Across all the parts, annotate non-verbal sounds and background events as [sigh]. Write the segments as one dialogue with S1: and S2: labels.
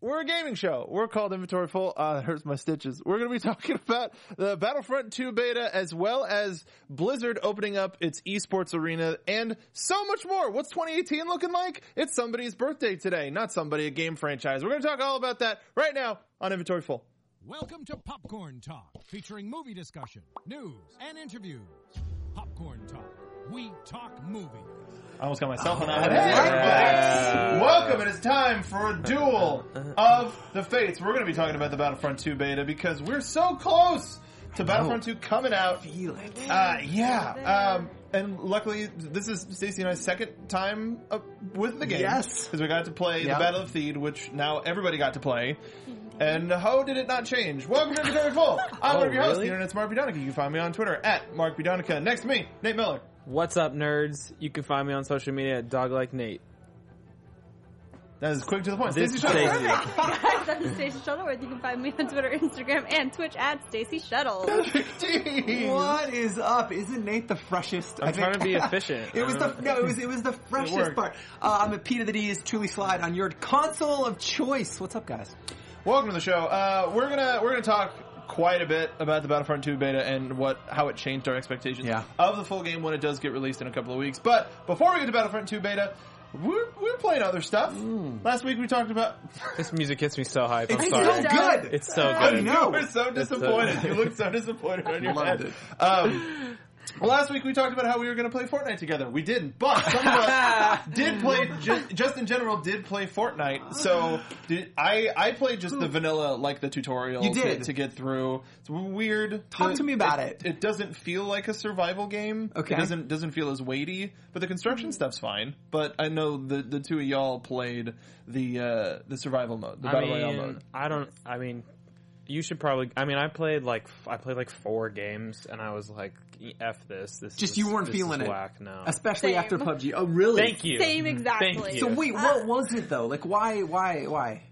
S1: We're a gaming show. We're called Inventory Full. Uh, that hurts my stitches. We're going to be [laughs] talking about the Battlefront 2 beta as well as Blizzard opening up its esports arena and so much more. What's 2018 looking like? It's somebody's birthday today. Not somebody, a game franchise. We're going to talk all about that right now on Inventory Full.
S2: Welcome to Popcorn Talk, featuring movie discussion, news, and interviews. Popcorn Talk, we talk movies.
S1: I almost got myself on that. Welcome, and it's time for a duel of the fates. We're going to be talking about the Battlefront 2 beta because we're so close to Battlefront 2 coming out. Feel it. Uh, yeah. Um, and luckily, this is Stacey and I's second time up with the game.
S3: Yes.
S1: Because we got to play
S3: Yeah.
S1: the Battle of Theed, which now everybody got to play. And how did it not change? Welcome to Inventory Full. I'm one of your hosts, the
S4: really?
S1: internet's Mark Budonica. You can find me on Twitter at Mark Budonica. Next to me, Nate Miller.
S4: What's up, nerds? You can find me on social media at DogLikeNate.
S1: That is quick to the point.
S4: This
S1: Stacey Shuttle.
S4: Stacey.
S5: Perfect. Guys, I'm Stacey Shuttleworth. You can find me on Twitter, Instagram, and Twitch at Stacey Shuttle.
S1: Jeez.
S3: What is up? Isn't Nate the freshest?
S4: I'm
S3: I think-
S4: trying to be efficient.
S3: [laughs] it was the no. It was it was the freshest
S1: worked.
S3: part. Uh, I'm a P to the D is truly slide on your console of choice. What's up, guys?
S1: Welcome to the show. Uh, we're gonna we're gonna talk quite a bit about the Battlefront 2 beta and what how it changed our expectations
S3: Yeah.
S1: of the full game when it does get released in a couple of weeks. But before we get to Battlefront 2 beta, we're, we're playing other stuff.
S3: Mm.
S1: Last week we talked about.
S4: This music gets me so hype. I'm
S3: It's
S4: sorry.
S3: so good.
S4: It's so
S3: I
S4: good.
S3: know.
S1: we're so disappointed. you look
S3: [laughs]
S1: so disappointed on your head. Um, last week we talked about how we were going to play Fortnite together. We didn't, but some of
S3: [laughs]
S1: us did play. Just, just in general, did play Fortnite. So did, I I played just the vanilla, like the tutorial.
S3: You
S1: to-
S3: did.
S1: to, get through. It's weird.
S3: Talk to me about it.
S1: It doesn't feel like a survival game.
S3: Okay. Mm.
S1: It doesn't doesn't feel as weighty, but the construction stuff's fine. But I know the the two of y'all played the uh the survival mode, the
S4: I
S1: battle royale
S4: mean,
S1: mode.
S4: I don't. I mean, you should probably. I mean, I played like f- I played like four games, and I was like, "E, "F this." This
S3: Just
S4: is-
S3: you weren't
S4: this is
S3: feeling it.
S4: whack, No.
S3: Especially
S5: Same.
S3: after PUBG. Oh, really?
S4: Thank you.
S5: Same exactly.
S4: Thank you.
S3: So wait, what was it though? Like, why, why, why,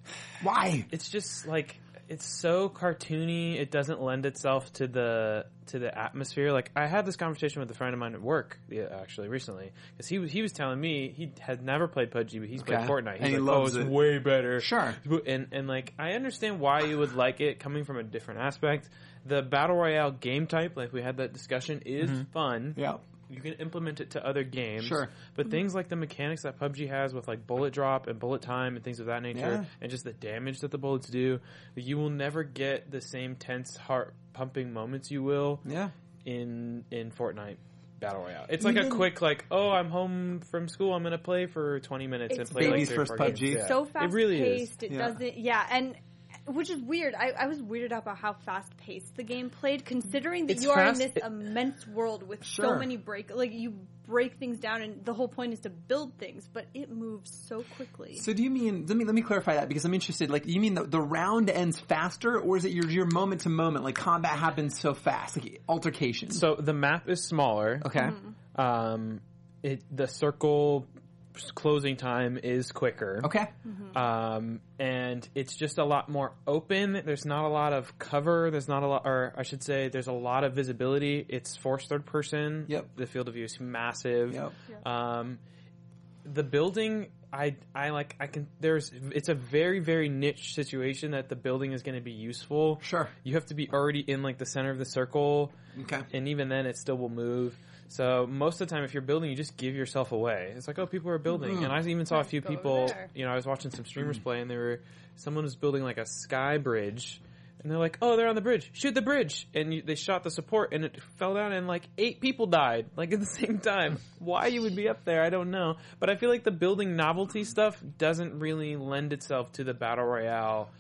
S3: why?
S4: it's just like it's so cartoony it doesn't lend itself to the to the atmosphere like i had this conversation with a friend of mine at work yeah, actually recently because he was he was telling me he had never played pubg but he's
S3: Okay.
S4: played fortnite
S3: And
S4: he's
S3: he
S4: like
S3: loves
S4: oh it's
S3: it."
S4: way better
S3: Sure.
S4: and and like i understand why you would like it coming from a different aspect the battle royale game type like we had that discussion is fun
S3: Mm-hmm. Yeah.
S4: you can implement it to other games.
S3: Sure.
S4: But things like the mechanics that PUBG has with like bullet drop and bullet time and things of that nature
S3: Yeah.
S4: and just the damage that the bullets do, you will never get the same tense heart pumping moments you will
S3: Yeah.
S4: in in Fortnite battle royale. It's like a quick like, "Oh, I'm home from school. I'm going to play for 20 minutes and
S5: It's
S4: play like
S3: baby's
S4: three or
S3: first
S4: four
S3: PUBG.
S4: games." Yeah.
S5: So fast
S4: It really is.
S5: paced. It
S3: Yeah.
S5: doesn't. Yeah, and which is weird. I, I was weirded out about how fast paced the game played, considering that
S4: It's
S5: you are
S4: fast-
S5: in this
S4: it-
S5: immense world with
S3: Sure.
S5: so many break. Like you break things down, and the whole point is to build things, but it moves so quickly.
S3: So do you mean? Let me let me clarify that because I'm interested. Like, you mean the, the round ends faster, or is it your your moment to moment? Like combat happens so fast, like altercations.
S4: So the map is smaller.
S3: okay.
S4: Um it the circle closing time is quicker.
S3: Okay.
S4: um, and it's just a lot more open. There's not a lot of cover. There's not a lot, or I should say, there's a lot of visibility. It's forced third person.
S3: Yep.
S4: The field of view is massive.
S3: Yep.
S4: Um, the building, I, I like, I can. There's, it's a very, very niche situation that the building is going to be useful.
S3: Sure.
S4: You have to be already in like the center of the circle
S3: Okay.
S4: and even then it still will move. So most of the time, if you're building, you just give yourself away. It's like, oh, people are building, and I even saw a few
S5: go
S4: people.
S5: there.
S4: You know, I was watching some streamers play, and they were someone was building like a sky bridge, and they're like, oh, they're on the bridge, shoot the bridge, and you, they shot the support, and it fell down, and like eight people died, [laughs] like at the same time. Why you would be up there, I don't know, but I feel like the building novelty stuff doesn't really lend itself to the battle royale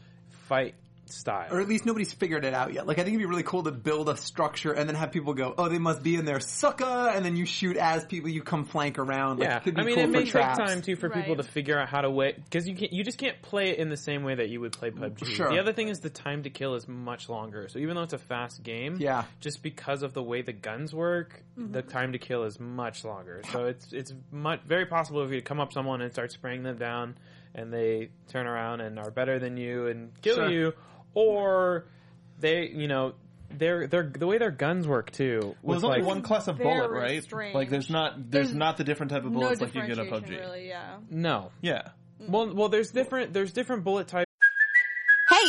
S4: fight style.
S3: Or at least nobody's figured it out yet. Like, I think it'd be really cool to build a structure and then have people go, "Oh, they must be in there, sucker!" And then you shoot as people you come flank around. Like,
S4: Yeah,
S3: could be
S4: I mean,
S3: cool
S4: it
S3: for
S4: may
S3: traps.
S4: take time too for people to
S5: Right.
S4: figure out how to wait because you can't, you just can't play it in the same way that you would play PUBG.
S3: Mm, Sure.
S4: The other thing is the time to kill is much longer. So even though it's a fast game,
S3: Yeah.
S4: just because of the way the guns work, the time to kill is much longer. So it's it's much very possible if you come up someone and start spraying them down, and they turn around and are better than you and kill
S3: Sure.
S4: you, or they you know. Their, their, the way their guns work too.
S1: Well,
S4: with,
S1: there's only
S4: like-
S1: one class of bullet,
S5: very
S1: right?
S5: strange.
S1: Like there's not there's,
S5: There's
S1: not the different type of
S5: no
S1: bullets like you get on
S5: differentiation,
S1: PUBG.
S5: really. Yeah.
S4: No,
S1: Yeah.
S4: Well, well, there's different there's different bullet types
S6: Hey,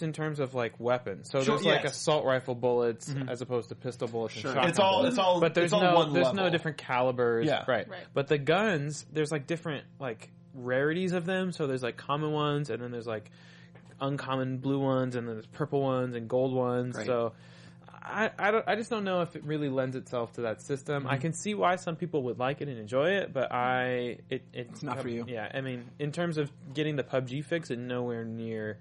S4: in terms of like weapons. So
S1: Sure,
S4: there's like
S1: yes. Mm-hmm.
S4: assault rifle bullets as opposed to pistol bullets and shotgun
S1: It's all-
S4: bullets.
S1: it's all-
S4: But there's
S1: it's all
S4: no
S1: one
S4: there's
S1: level.
S4: no different calibers.
S1: Yeah.
S4: Right.
S5: Right.
S4: But the guns, there's like different like rarities of them. So there's like common ones, and then there's like uncommon blue ones, and then there's purple ones and gold ones.
S3: Right.
S4: So. I, I, don't, I just don't know if it really lends itself to that system.
S1: Mm-hmm.
S4: I can see why some people would like it and enjoy it, but I it, it's
S3: not for you.
S4: Yeah, I mean, in terms of getting the PUBG fix, it nowhere near,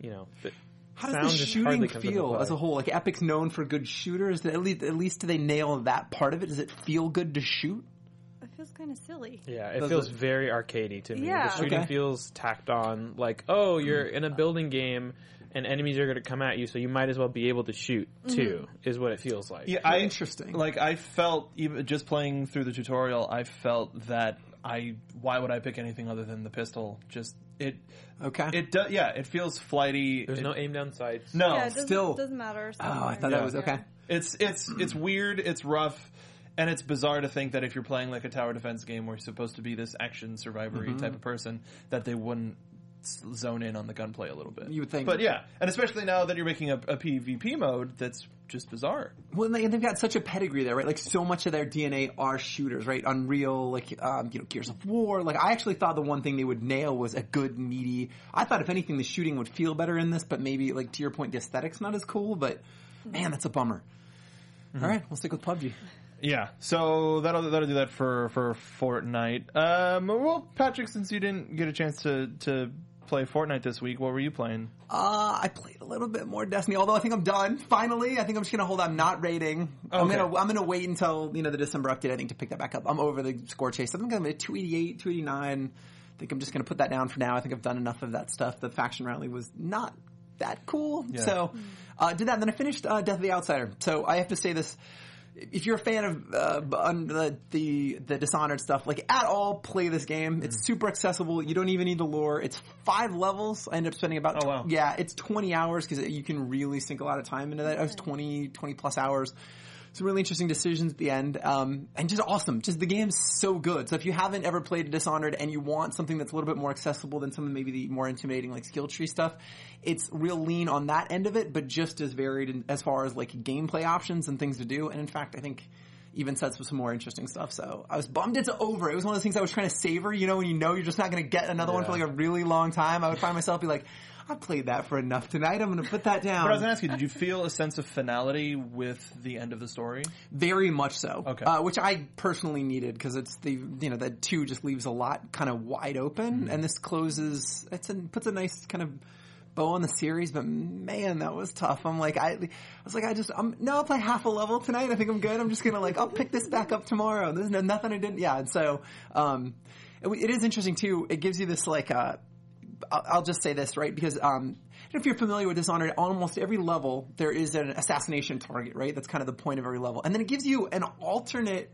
S4: you know, the,
S3: How does
S4: Sound
S3: the
S4: just
S3: shooting
S4: hardly comes into
S3: feel
S4: play.
S3: as a whole? Like Epic's known for good shooters. At least, at least do they nail that part of it? Does it feel good to shoot?
S5: It feels kind of silly.
S4: Yeah, it
S3: Does
S4: feels
S3: it-
S4: very arcadey to me.
S5: Yeah.
S4: The shooting
S3: Okay.
S4: feels tacked on. Like, oh, you're in a
S1: Mm.
S4: building game, and enemies are going to come at you, so you might as well be able to shoot too. Is what it feels like.
S1: Yeah, I,
S3: Interesting.
S1: Like I felt even just playing through the tutorial, I felt that I why would I pick anything other than the pistol? Just it
S3: Okay.
S1: it does yeah, it feels flighty.
S4: There's
S1: It-
S4: no aim down sights.
S1: no
S5: yeah, it doesn't,
S3: still-
S5: doesn't matter.
S3: oh, I thought that was okay.
S1: it's it's it's weird, it's rough, and it's bizarre to think that if you're playing like a tower defense game where you're supposed to be this action survivory
S4: Mm-hmm.
S1: type of person, that they wouldn't s- zone in on the gunplay a little bit.
S3: You would think.
S1: but yeah, and especially now that you're making a, a PvP mode, that's just bizarre.
S3: Well, and they- and they've got such a pedigree there, right? Like so much of their DNA are shooters, right? Unreal, like um, you know, Gears of War. Like I actually thought the one thing they would nail was a good meaty. I thought if anything, the shooting would feel better in this, but maybe like to your point, the aesthetics not as cool. But man, that's a bummer. All right, we'll stick with PUBG.
S1: Yeah, so that'll that'll do that for for Fortnite. Um, well, Patrick, since you didn't get a chance to to play Fortnite this week, what were you playing?
S3: Uh, I played a little bit more Destiny, although I think I'm done. Finally, I think I'm just gonna hold. I'm not rating. I'm
S1: Okay.
S3: gonna I'm gonna wait until you know the December update. I think to pick that back up. I'm over the score chase. I think I'm at 288, 289. I think I'm just gonna put that down for now. I think I've done enough of that stuff. The faction rally was not that cool, so uh, did that. And then I finished uh, Death of the Outsider. So I have to say this if you're a fan of uh, b- un- the, the the Dishonored stuff, like at all, play this game.
S1: Mm.
S3: It's super accessible. You don't even need the lore. It's five levels. I ended up spending about
S1: Oh, wow.
S3: yeah, it's 20 hours because you can really sink a lot of time into that. It was 20 20 plus hours. Some really interesting decisions at the end, um, and just awesome. Just the game's so good. So if you haven't ever played Dishonored and you want something that's a little bit more accessible than some of maybe the more intimidating like skill tree stuff, it's real lean on that end of it, but just as varied in, as far as like gameplay options and things to do. And in fact, I think even sets up some more interesting stuff. So I was bummed it's over. It was one of those things I was trying to savor. You know, when you know you're just not going to get another one for like a really long time, I would find myself be like, I played that for enough tonight. I'm going to put that down.
S1: But I was gonna ask you, did you feel a sense of finality with the end of the story?
S3: Very much so.
S1: Okay.
S3: Uh, which I personally needed because it's the you know that two just leaves a lot kind of wide open,
S1: Mm-hmm.
S3: and this closes. It's a, puts a nice kind of bow on the series, but man, that was tough. I'm like I, I was like I just I'm no, I'll play half a level tonight. I think I'm good. I'm just gonna like I'll pick this back up tomorrow. There's no nothing I didn't. Yeah, and so um, it, it is interesting too. It gives you this like uh I'll, I'll just say this, right? Because um, if you're familiar with Dishonored, on almost every level there is an assassination target, right? That's kind of the point of every level, and then it gives you an alternate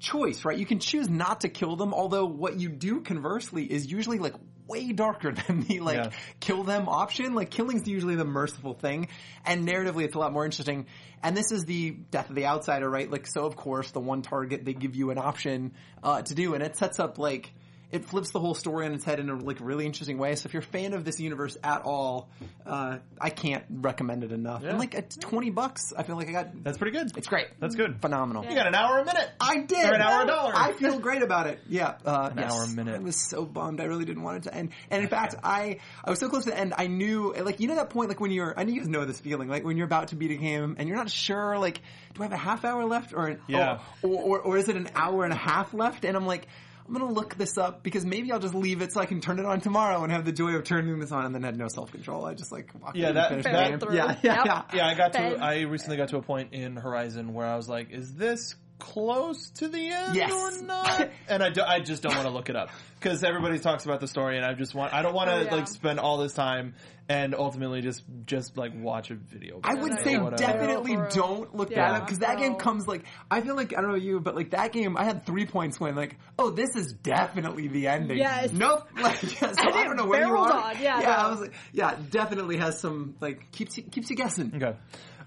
S3: choice, right? You can choose not to kill them, although what you do conversely is usually like way darker [laughs] than the like
S1: Yeah.
S3: kill them option. Like killing's usually the merciful thing, and narratively it's a lot more interesting. And this is the death of the outsider, right? Like so, of course, the one target they give you an option uh, to do, and it sets up like it flips the whole story on its head in a like really interesting way. So if you're a fan of this universe at all, uh, I can't recommend it enough. And like it's twenty bucks, I feel like I got
S1: That's pretty good.
S3: it's great.
S1: That's good.
S3: Phenomenal.
S1: You got an hour a minute.
S3: I did. Oh,
S1: Or an hour a dollar.
S3: I feel great about it. Yeah, uh, an
S1: hour a minute.
S3: I was so bummed. I really didn't want it to end. And in fact, I I was so close to the end. I knew, like, you know that point, like when you're. I know you guys know this feeling, like when you're about to beat a game and you're not sure, like, do I have a half hour left or an
S1: Yeah.
S3: oh, or, or or is it an hour and a half left? And I'm like. I'm gonna look this up because maybe I'll just leave it so I can turn it on tomorrow and have the joy of turning this on and then had no self control. I just like walked
S1: Yeah,
S3: in and
S1: that-
S3: finished
S1: that-
S3: the game.
S5: through.
S3: yeah, yeah,
S5: Yep.
S3: yeah.
S1: Yeah, I got to.
S5: Ben.
S1: I recently got to a point in Horizon where I was like, "Is this close to the end
S3: Yes.
S1: or
S3: [laughs]
S1: not? and I, do- I just don't want to look it up because everybody talks about the story, and I just want I don't want to
S5: Oh, yeah.
S1: like spend all this time and ultimately just just like watch a video.
S3: I
S1: game
S3: would
S1: or
S3: say
S1: whatever.
S3: definitely
S5: Or-
S3: don't look
S5: Yeah,
S3: that up because that game
S5: no.
S3: comes like I feel like I don't know you, but like that game I had three points when like oh this is definitely the ending.
S5: Yes.
S3: Nope. [laughs] Like yeah, so I,
S5: didn't
S3: don't know where you
S5: barrel
S3: are.
S5: dog, yeah,
S3: yeah.
S5: no.
S3: I was like yeah, definitely has some like keeps you, keeps you guessing.
S1: Okay.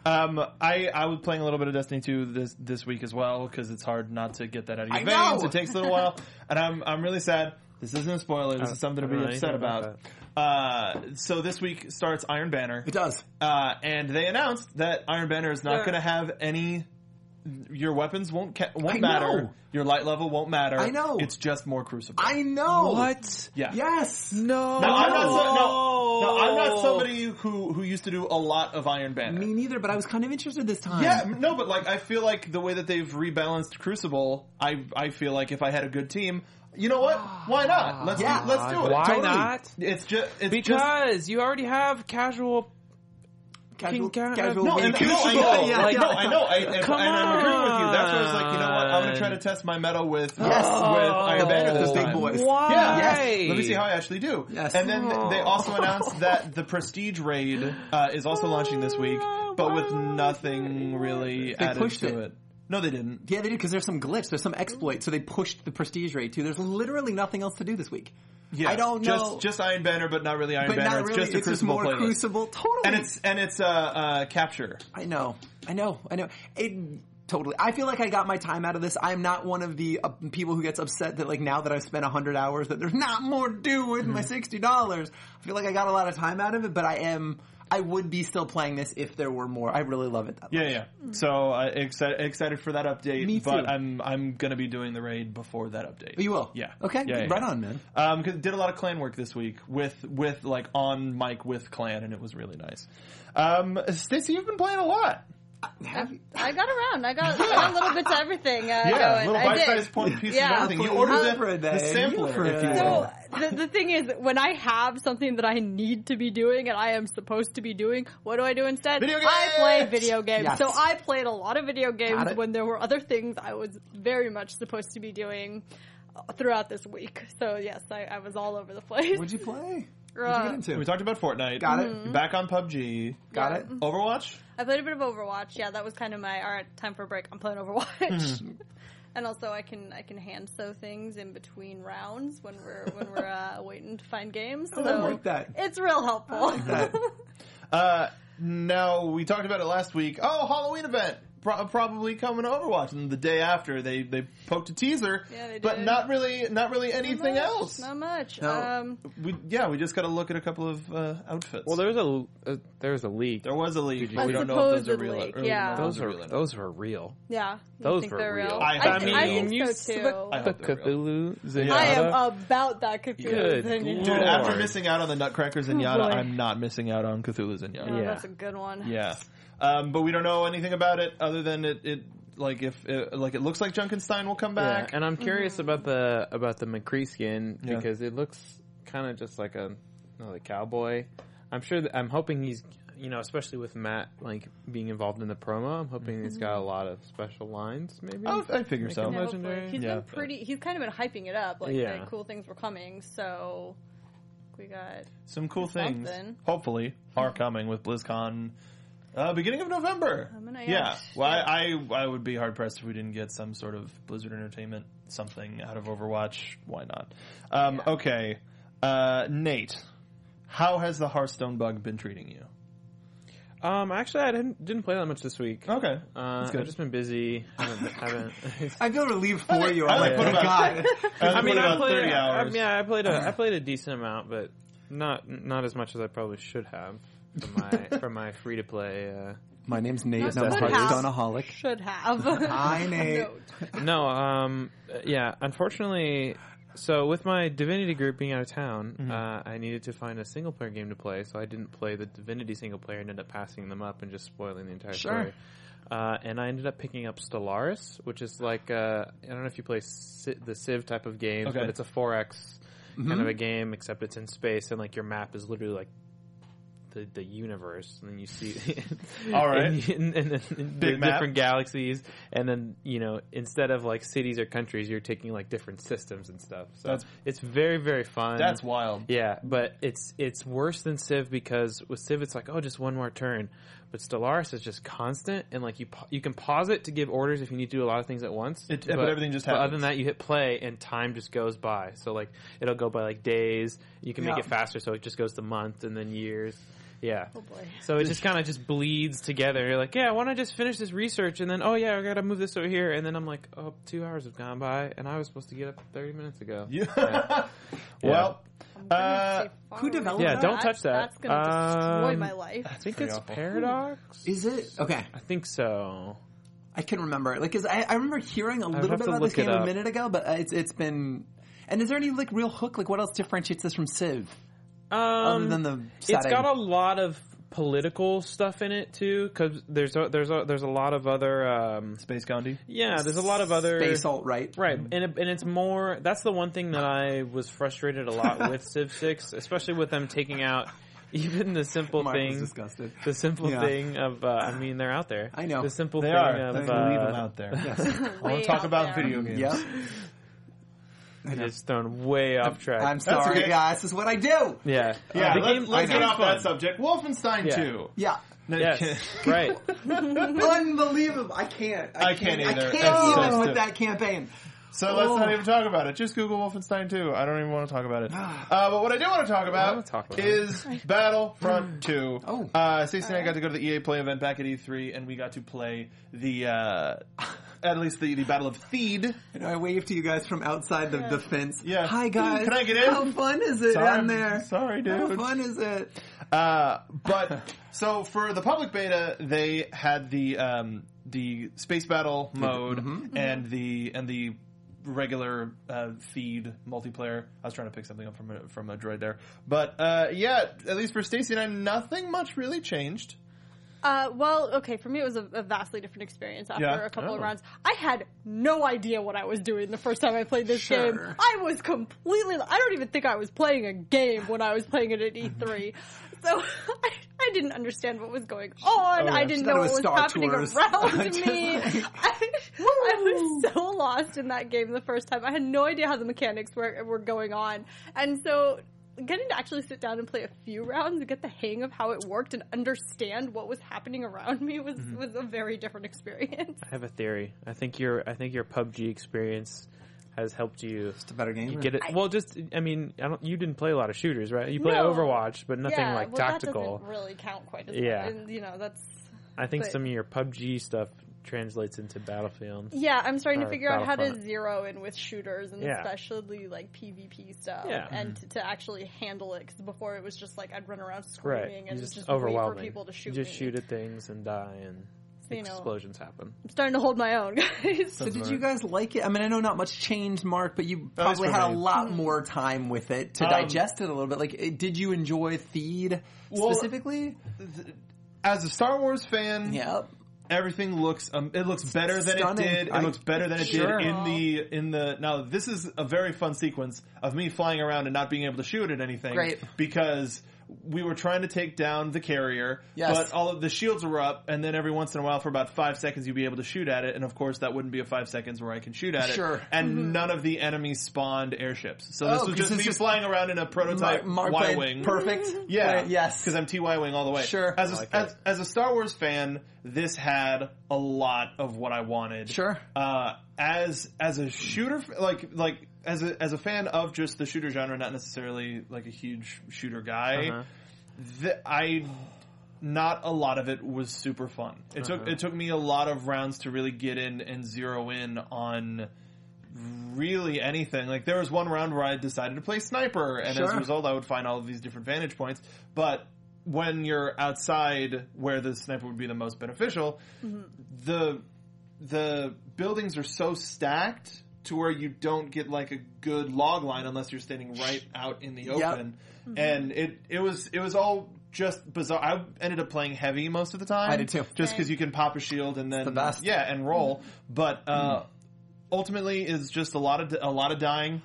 S1: Um, I I was playing a little bit of Destiny 2 this this week as well because it's hard not to get that out of your
S3: I
S1: veins.
S3: know!
S1: It takes a little while, and I'm I'm really sad. This isn't a spoiler. This is something to
S4: I
S1: be
S4: don't know
S1: upset
S4: anything
S1: about.
S4: about
S1: Uh, so this week starts Iron Banner,
S3: It does.
S1: uh, and they announced that Iron Banner is not
S4: Yeah.
S1: going to have any. Your weapons won't ca- won't
S3: I
S1: matter.
S3: know.
S1: Your light level won't matter.
S3: I know.
S1: It's just more crucible.
S3: I know.
S4: What?
S1: yeah.
S3: Yes.
S4: No.
S1: No, I'm not. So, no, no, I'm not somebody who who used to do a lot of Iron Banner.
S3: Me neither, but I was kind of interested this time.
S1: Yeah, no, but like I feel like the way that they've rebalanced Crucible, I I feel like if I had a good team, you know what? Why not? Let's
S3: Yeah.
S1: do, let's do it.
S4: Why
S1: Totally.
S4: not?
S1: It's just it's just.
S4: Because you already have casual.
S3: Casual,
S4: King Ka-
S3: casual
S1: No, and, no, I
S3: Crucible.
S1: know,
S3: [laughs] Yeah,
S1: like,
S3: yeah.
S1: no, I know, I, and,
S4: Come
S1: and I'm agreeing with you. That's why I was like, you know what? I'm
S4: on.
S1: gonna try to test my meta with
S3: Yes.
S1: with Iron Banner this
S3: the big
S1: time.
S3: boys.
S4: Why?
S1: Yeah. Let me see how I actually do.
S3: Yes.
S1: And then they also announced that the Prestige raid uh, is also launching this week, but with nothing really added
S3: pushed
S1: to
S3: it.
S1: it. No, they didn't.
S3: Yeah, they did because there's some glitch, there's some exploit, so they pushed the prestige rate too. There's literally nothing else to do this week.
S1: Yeah,
S3: I don't know.
S1: Just, just Iron Banner, but not really Iron
S3: but
S1: Banner.
S3: not really.
S1: It's just a Crucible
S3: more
S1: playlist.
S3: crucible. Totally.
S1: And it's and it's uh, uh, capture.
S3: I know. I know. I know. It totally. I feel like I got my time out of this. I'm not one of the uh, people who gets upset that like now that I've spent hundred hours that there's not more due with
S1: Mm-hmm.
S3: my sixty dollars. I feel like I got a lot of time out of it, but I am. I would be still playing this if there were more. I really love it. That
S1: Yeah, yeah. So uh, excited excited for that update.
S3: Mm. Me too.
S1: But I'm I'm gonna be doing the raid before that update.
S3: But you will.
S1: Yeah.
S3: Okay.
S1: Yeah, yeah,
S3: right
S1: yeah.
S3: on, man.
S1: Um, 'cause did a lot of clan work this week with with like on mic with clan, and it was really nice. Um, Stacy, you've been playing a lot.
S3: Have you?
S7: I got around. I got, I got a little bit to everything. Uh,
S1: Yeah,
S7: going.
S1: little
S7: I did.
S1: bite-sized point piece
S7: Yeah. Um,
S1: of everything. You
S3: Played
S1: ordered
S3: you
S1: the,
S3: for a
S1: the
S3: day, you
S1: sampler,
S3: for
S1: if
S3: a
S1: you
S3: day.
S1: will.
S7: So the, the thing is, when I have something that I need to be doing and I am supposed to be doing, what do I do instead?
S1: Video
S7: I
S1: games!
S7: play video games.
S3: Yes.
S7: So I played a lot of video games
S3: it.
S7: when there were other things I was very much supposed to be doing uh, throughout this week. So yes, I, I was all over the place.
S3: What'd you play? What'd you
S7: Uh,
S3: get into?
S1: We talked about Fortnite.
S3: Got it.
S7: Mm-hmm.
S1: You're Back on PUBG.
S3: Got it.
S1: Overwatch.
S7: I played a bit of Overwatch. Yeah, that was kind of my all right. Time for a break. I'm playing Overwatch. [laughs] And also, I can I can hand sew things in between rounds when we're when we're uh, [laughs] waiting to find games. So
S3: I like that.
S7: it's real helpful. [laughs]
S1: Uh, now we talked about it last week. Oh, Halloween event Pro- probably coming to Overwatch, and the day after they they poked a teaser,
S7: Yeah, they
S1: but
S7: did.
S1: not really not really anything
S7: much,
S1: else.
S7: Not much.
S3: No.
S7: Um,
S1: We yeah, we just got to look at a couple of uh, outfits.
S4: Well, there was a uh, there was a leak.
S1: there was a leak, but
S7: A
S1: we don't know if those are
S7: supposed
S1: real. or-
S7: leak,
S1: or we don't know
S7: yeah.
S1: if
S4: those
S1: are
S4: are
S1: real or not.
S4: those were real.
S7: yeah, you
S4: Those
S7: think
S4: were
S7: they're
S4: real.
S7: real.
S1: I
S7: I,
S1: hope
S7: th- I
S1: so.
S7: think
S4: you
S7: so too.
S1: I
S7: I,
S1: hope
S4: The
S1: they're real.
S4: Cthulhu. Zenyatta.
S7: am about that Cthulhu
S4: Good
S7: thing.
S4: lord.
S1: Dude, after
S4: Lord.
S1: missing out on the Nutcrackers and Yada,
S7: boy.
S1: I'm not missing out on Cthulhu's and Yada.
S7: Oh,
S4: Yeah.
S7: That's a good one.
S1: Yeah, um, but we don't know anything about it other than it. it like if it, like it looks like Junkenstein will come
S4: Yeah,
S1: back.
S4: and I'm curious about the about the McCree skin
S1: Yeah.
S4: because it looks kind of just like a another cowboy. I'm sure. That, I'm hoping he's you know, especially with Matt like being involved in the promo. I'm hoping he's got a lot of special lines. Maybe
S1: Oh, I figure
S4: Make
S1: so.
S4: him
S7: Yeah, hopefully.
S4: legendary.
S7: He's
S1: Yeah.
S7: been pretty. He's kind of been hyping it up, like
S4: Yeah.
S7: that cool things were coming. So we got
S1: some cool things
S7: Something.
S1: hopefully are coming with blizzcon uh, beginning of november
S7: Oh, gonna-
S1: yeah
S7: yeah.
S1: well I, I i would be hard pressed if we didn't get some sort of blizzard entertainment something out of overwatch why not um, okay uh, nate how has the hearthstone bug been treating you
S4: Um, actually, I didn't didn't play that much this week.
S1: okay
S4: Uh,
S1: good.
S4: I've just been busy. I
S1: [laughs]
S4: haven't. [laughs] haven't
S3: I feel relieved for you.
S1: I
S3: I'm
S1: like
S3: like,
S1: put about-
S3: Oh,
S1: [laughs]
S3: God.
S1: i mean about
S4: played
S1: 30
S4: I-
S1: hours
S4: yeah, I played
S1: [laughs]
S4: a I played a decent amount, but not not as much as I probably should have for my for my free to play. Uh,
S3: My name's Nate, and
S7: That's
S3: I'm
S7: what happened.
S3: Stoneaholic.
S7: should have.
S5: [laughs]
S3: Hi, Nate.
S7: No,
S4: no, um, yeah, unfortunately. So with my divinity group being out of town,
S1: Mm-hmm.
S4: uh, I needed to find a single player game to play. So I didn't play the divinity single player and ended up passing them up and just spoiling the entire story. Uh, and I ended up picking up Stellaris, which is like uh, I don't know if you play Ci- the Civ type of games,
S1: Okay. Mm-hmm.
S4: but it's a 4X kind of a game, except it's in space and like your map is literally like the, the universe, and then you see, [laughs]
S1: All right.
S4: and, you- and, and, then the
S1: Big map.
S4: different galaxies, and then you know instead of like cities or countries, you're taking like different systems and stuff. So
S1: That's-
S4: it's very very fun.
S1: That's wild.
S4: Yeah, but it's it's worse than Civ because with Civ it's like oh just one more turn, but Stellaris is just constant and like you pa- you can pause it to give orders if you need to do a lot of things at once.
S1: It- but everything just
S4: But other than
S1: happens.
S4: that, you hit play and time just goes by. So like it'll go by like days. You can
S3: Yeah.
S4: make it faster, so it just goes to months and then years. Yeah. Oh boy. So it just kind of just bleeds together. You're like, yeah, why don't I just finish this research and then oh yeah, I gotta move this over here and then I'm like, oh, two hours have gone by and I was supposed to get up 30 minutes ago.
S1: [laughs] You- well, uh,
S3: Who developed
S4: Yeah,
S3: that?
S4: don't touch that.
S5: That's gonna destroy
S4: Um,
S1: [laughs]
S5: my life.
S4: I think
S1: pretty
S4: it's
S1: awful.
S4: Paradox.
S3: Is it okay?
S4: I think so.
S3: I can remember it. Like, 'cause I, I remember hearing a little
S4: have
S3: bit
S4: to
S3: about this
S4: look it
S3: game a
S4: up.
S3: minute ago, but uh, it's it's been. And is there any like real hook? Like, what else differentiates this from Civ other
S4: Um,
S3: than the setting?
S4: it's got a lot of political stuff in it too, because there's a, there's a, there's a lot of other um,
S1: Space Gandhi.
S4: yeah, there's a lot of other
S3: space alt right?
S4: Right, and it, and it's more. That's the one thing that I was frustrated a lot
S3: [laughs]
S4: with Civ Six, especially with them taking out even the simple
S3: Mark was
S4: thing.
S3: disgusted.
S4: The simple
S3: Yeah.
S4: thing of, uh, I mean, they're out there.
S3: I know.
S4: the simple
S1: They
S4: thing
S1: are.
S4: of
S1: They leave
S4: uh,
S1: them out there. I want to talk about video games.
S3: Yep.
S4: It's thrown way off track.
S3: I'm sorry,
S1: okay.
S3: guys. This is what I do.
S4: yeah,
S1: Yeah,
S4: The
S1: let,
S4: game-
S1: let's
S4: the
S1: get
S4: game's
S1: off
S4: fun.
S1: that subject. Wolfenstein
S4: Yeah.
S1: 2.
S3: Yeah.
S1: No,
S4: Yes, right.
S3: Unbelievable. I can't.
S1: I can't either.
S3: I
S1: That's
S3: can't even
S1: so
S3: with
S1: stupid.
S3: that campaign.
S1: [laughs] So let's
S4: Oh.
S1: not even talk about it. Just Google Wolfenstein 2. I don't even want to talk
S3: [sighs]
S1: about it. Uh, but what I do want to talk
S4: wanna
S1: about,
S4: talk about it.
S1: is
S3: [laughs]
S1: Battlefront 2.
S3: Oh.
S1: Uh, Stacey and I got to go to the EA Play event back at E3, and we got to play the, uh, [laughs] at least the, the Battle of Theed.
S3: You know, I waved to you guys from outside the, the fence.
S1: Yeah.
S3: Hi guys.
S1: Can I get in?
S3: How fun is it
S1: Sorry.
S3: down there?
S1: Sorry,
S3: How
S1: dude.
S3: fun is it?
S1: Uh, but so for the public beta, they had the um, the space battle mode and the and the regular uh, feed multiplayer. I was trying to pick something up from a, from a droid there, but uh, yeah, at least for Stacy and I, nothing much really changed.
S5: Uh, well, okay, for me it was a, a vastly different experience after
S1: Yeah.
S5: a couple of
S1: Oh.
S5: rounds. I had no idea what I was doing the first time I played this
S3: Sure.
S5: game. I was completely, I don't even think I was playing a game when I was playing it at E3.
S1: [laughs]
S5: so [laughs] I, I didn't understand what was going on.
S1: Oh, yeah.
S5: I
S1: She
S5: didn't
S3: thought
S5: know
S3: it
S5: what
S3: was
S5: was
S3: Star
S5: happening
S3: Tours. [laughs]
S5: around
S3: Just
S5: me.
S3: like-
S5: [laughs] I, I was so lost in that game the first time. I had no idea how the mechanics were, were going on. And so getting to actually sit down and play a few rounds and get the hang of how it worked and understand what was happening around me was,
S3: Mm-hmm.
S5: was a very different experience.
S4: I have a theory. I think your I think your PUBG experience has helped you
S3: It's a better game.
S4: get it. Well, just I mean, I don't. You didn't play a lot of shooters, right? You play
S5: No.
S4: Overwatch, but nothing
S5: yeah,
S4: like
S5: well,
S4: tactical.
S5: That doesn't really count quite as
S4: Yeah.
S5: much. And, you know, that's.
S4: I think
S5: but-
S4: some of your PUBG stuff translates into Battlefield.
S5: Yeah, I'm starting
S4: Or
S5: to figure out how to
S4: Battlefront.
S5: zero in with shooters and
S4: Yeah.
S5: especially like PvP stuff
S4: Yeah.
S5: and to, to actually handle it. Because before it was just like I'd run around screaming
S4: Right,
S5: and
S4: you
S5: just,
S4: just,
S5: wait
S4: overwhelming.
S5: for people to shoot
S4: you just
S5: me.
S4: shoot at things and die, and
S5: You know.
S4: explosions happen.
S5: I'm starting to hold my own, [laughs] guys.
S3: So did you guys like it? I mean, I know not much changed, Mark, but you
S1: least
S3: probably
S1: for
S3: had a
S1: me.
S3: lot more time with it to
S1: Um,
S3: digest it a little bit. Like, eh, did you enjoy Feed
S1: Well-
S3: specifically?
S1: As a Star Wars fan,
S3: Yep.
S1: everything looks um, it looks better than
S3: Stunning.
S1: it did. It
S3: I-
S1: looks better than it
S3: Sure.
S1: did in the in the. Now this is a very fun sequence of me flying around and not being able to shoot at anything
S3: Great.
S1: because we were trying to take down the carrier,
S3: Yes.
S1: but all of the shields were up, and then every once in a while, for about five seconds, you'd be able to shoot at it, and of course, that wouldn't be a five seconds where I can shoot at it.
S3: Sure. Mm-hmm.
S1: And none of the enemies spawned airships, so this
S3: Oh,
S1: was
S3: 'cause
S1: just
S3: it's
S1: me
S3: just-
S1: flying around in a prototype
S3: Mark
S1: Y
S3: played
S1: wing,
S3: perfect.
S1: yeah,
S3: Right, yes.
S1: because I'm TY wing all the way.
S3: Sure.
S1: As a,
S3: I like
S1: as, as a Star Wars fan, this had a lot of what I wanted.
S3: Sure.
S1: Uh, as as a shooter, like like as a as a fan of just the shooter genre, not necessarily like a huge shooter guy, th- I not a lot of it was super fun. It took it took me a lot of rounds to really get in and zero in on really anything. Like there was one round where I decided to play sniper, and as a
S3: Sure.
S1: result, I would find all of these different vantage points. But when you're outside where the sniper would be the most beneficial, the the buildings are so stacked to where you don't get like a good log line unless you're standing right out in the open.
S3: Mm-hmm.
S1: And it it was it was all just bizarre. I ended up playing heavy most of the time.
S3: I did too.
S1: Just because you can pop a shield and then
S3: the best. Mm-hmm.
S1: yeah, and roll. But uh, ultimately, is just a lot of a lot of dying,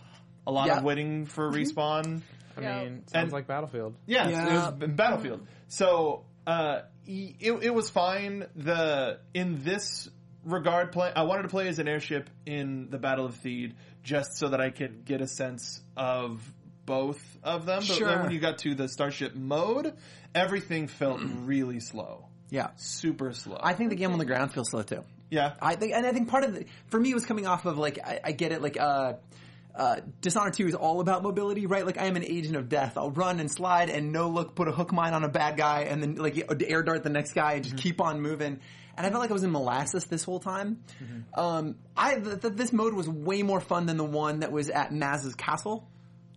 S1: a lot
S3: Yeah. Mm-hmm.
S1: of waiting for respawn.
S4: I
S5: Yeah.
S4: mean, sounds
S1: And-
S4: like Battlefield.
S1: Yes, it
S3: Yeah.
S1: was b- Battlefield. So uh, e- it, it was fine. The in this regard, play I wanted to play as an airship in the Battle of Theed, just so that I could get a sense of both of them. But then
S3: Sure.
S1: when you got to the starship mode, everything felt really slow,
S3: Yeah.
S1: super slow.
S3: I think the game on the ground feels slow too.
S1: yeah,
S3: I think, and I think part of the, for me, it was coming off of like, I, I get it, like, uh, uh, Dishonored 2 is all about mobility, right? Like, I am an agent of death. I'll run and slide and no look, put a hook mine on a bad guy and then, like, air dart the next guy and just keep on moving. And I felt like I was in molasses this whole time. Um, I, th- th- this mode was way more fun than the one that was at Maz's castle.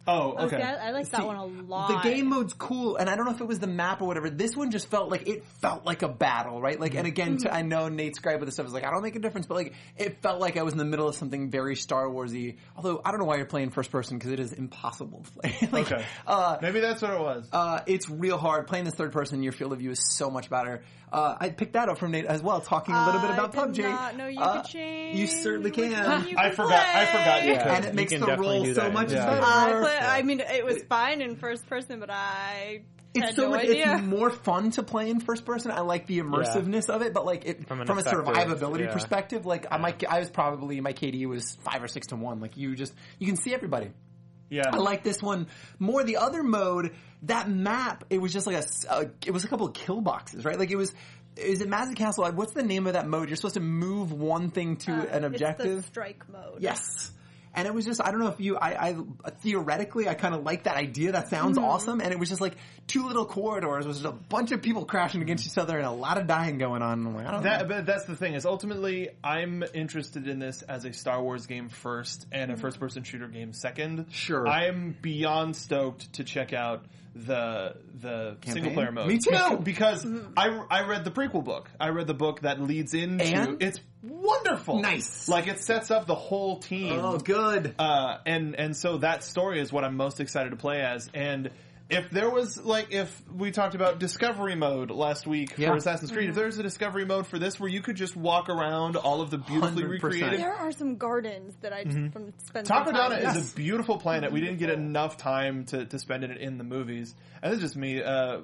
S1: oh,
S5: Okay,
S1: okay.
S5: I, I like that
S3: See,
S5: one a lot.
S3: The game mode's cool, and I don't know if it was the map or whatever. This one just felt like it felt like a battle, right? Like, and again, to, I know Nate Scribe with this stuff is like, I don't make a difference, but like, it felt like I was in the middle of something very Star Warsy. Although I don't know why you're playing first person because it is impossible to play. [laughs] like,
S1: Okay.
S3: uh,
S1: Maybe that's what it was.
S3: uh, it's real hard playing this third person. Your field of view is so much better. Uh, I picked that up from Nate as well, talking a little bit
S5: I
S3: about
S5: did
S3: PUBG.
S5: not know you
S3: Uh,
S5: could change
S3: You certainly
S5: which
S3: can. [laughs]
S5: one you
S1: I
S5: could
S1: forgot. I forgot.
S5: play.
S1: You
S4: Yeah.
S1: could.
S3: [laughs] and it
S4: You
S3: makes
S4: can
S3: the
S4: definitely
S3: role
S4: do
S3: so
S4: that.
S3: much
S1: Yeah.
S5: [laughs]
S3: better.
S5: I, play, I mean, it was fine in first person, but I
S3: it's
S5: had
S3: so
S5: no
S3: much
S5: idea.
S3: it's more fun to play in first person. I like the immersiveness of it, but like it
S4: From
S3: from,
S4: an
S3: a
S4: effective-
S3: survivability
S4: yeah.
S3: perspective, like I my I was probably my KD was five or six to one. Like you just you can see everybody.
S1: yeah.
S3: I like this one more. The other mode, that map, it was just like a, s- a- it was a couple of kill boxes, right? Like it was, is it Mazda Castle? Like, what's the name of that mode? You're supposed to move one thing to an objective.
S5: Uh, [laughs] It's the strike mode.
S3: Yes. And it was just, I don't know if you, I, I theoretically, I kind of like that idea. That sounds
S1: Mm-hmm.
S3: awesome. And it was just like two little corridors was just a bunch of people crashing against each other and a lot of dying going on. And I'm like, I don't
S1: That,
S3: know.
S1: but that's the thing is ultimately I'm interested in this as a Star Wars game first and
S3: Mm-hmm.
S1: a first person shooter game second.
S3: Sure.
S1: I am beyond stoked to check out the the single player mode.
S3: Me too!
S1: Bec- because
S3: Mm-hmm.
S1: I I read the prequel book. I read the book that leads into
S3: And?
S1: it's wonderful.
S3: Nice.
S1: like it sets up the whole team.
S3: Oh, good.
S1: Uh, and and so that story is what I'm most excited to play as. And if there was like if we talked about discovery mode last week
S3: Yeah.
S1: for Assassin's Creed,
S5: Mm-hmm.
S1: if there's a discovery mode for this where you could just walk around all of the beautifully
S3: 100%.
S1: recreated.
S5: There are some gardens that I just from spend some time
S1: Takodana
S5: in.
S1: is a beautiful planet. We didn't get
S5: Mm-hmm.
S1: enough time to, to spend it in the movies, and this is just me uh,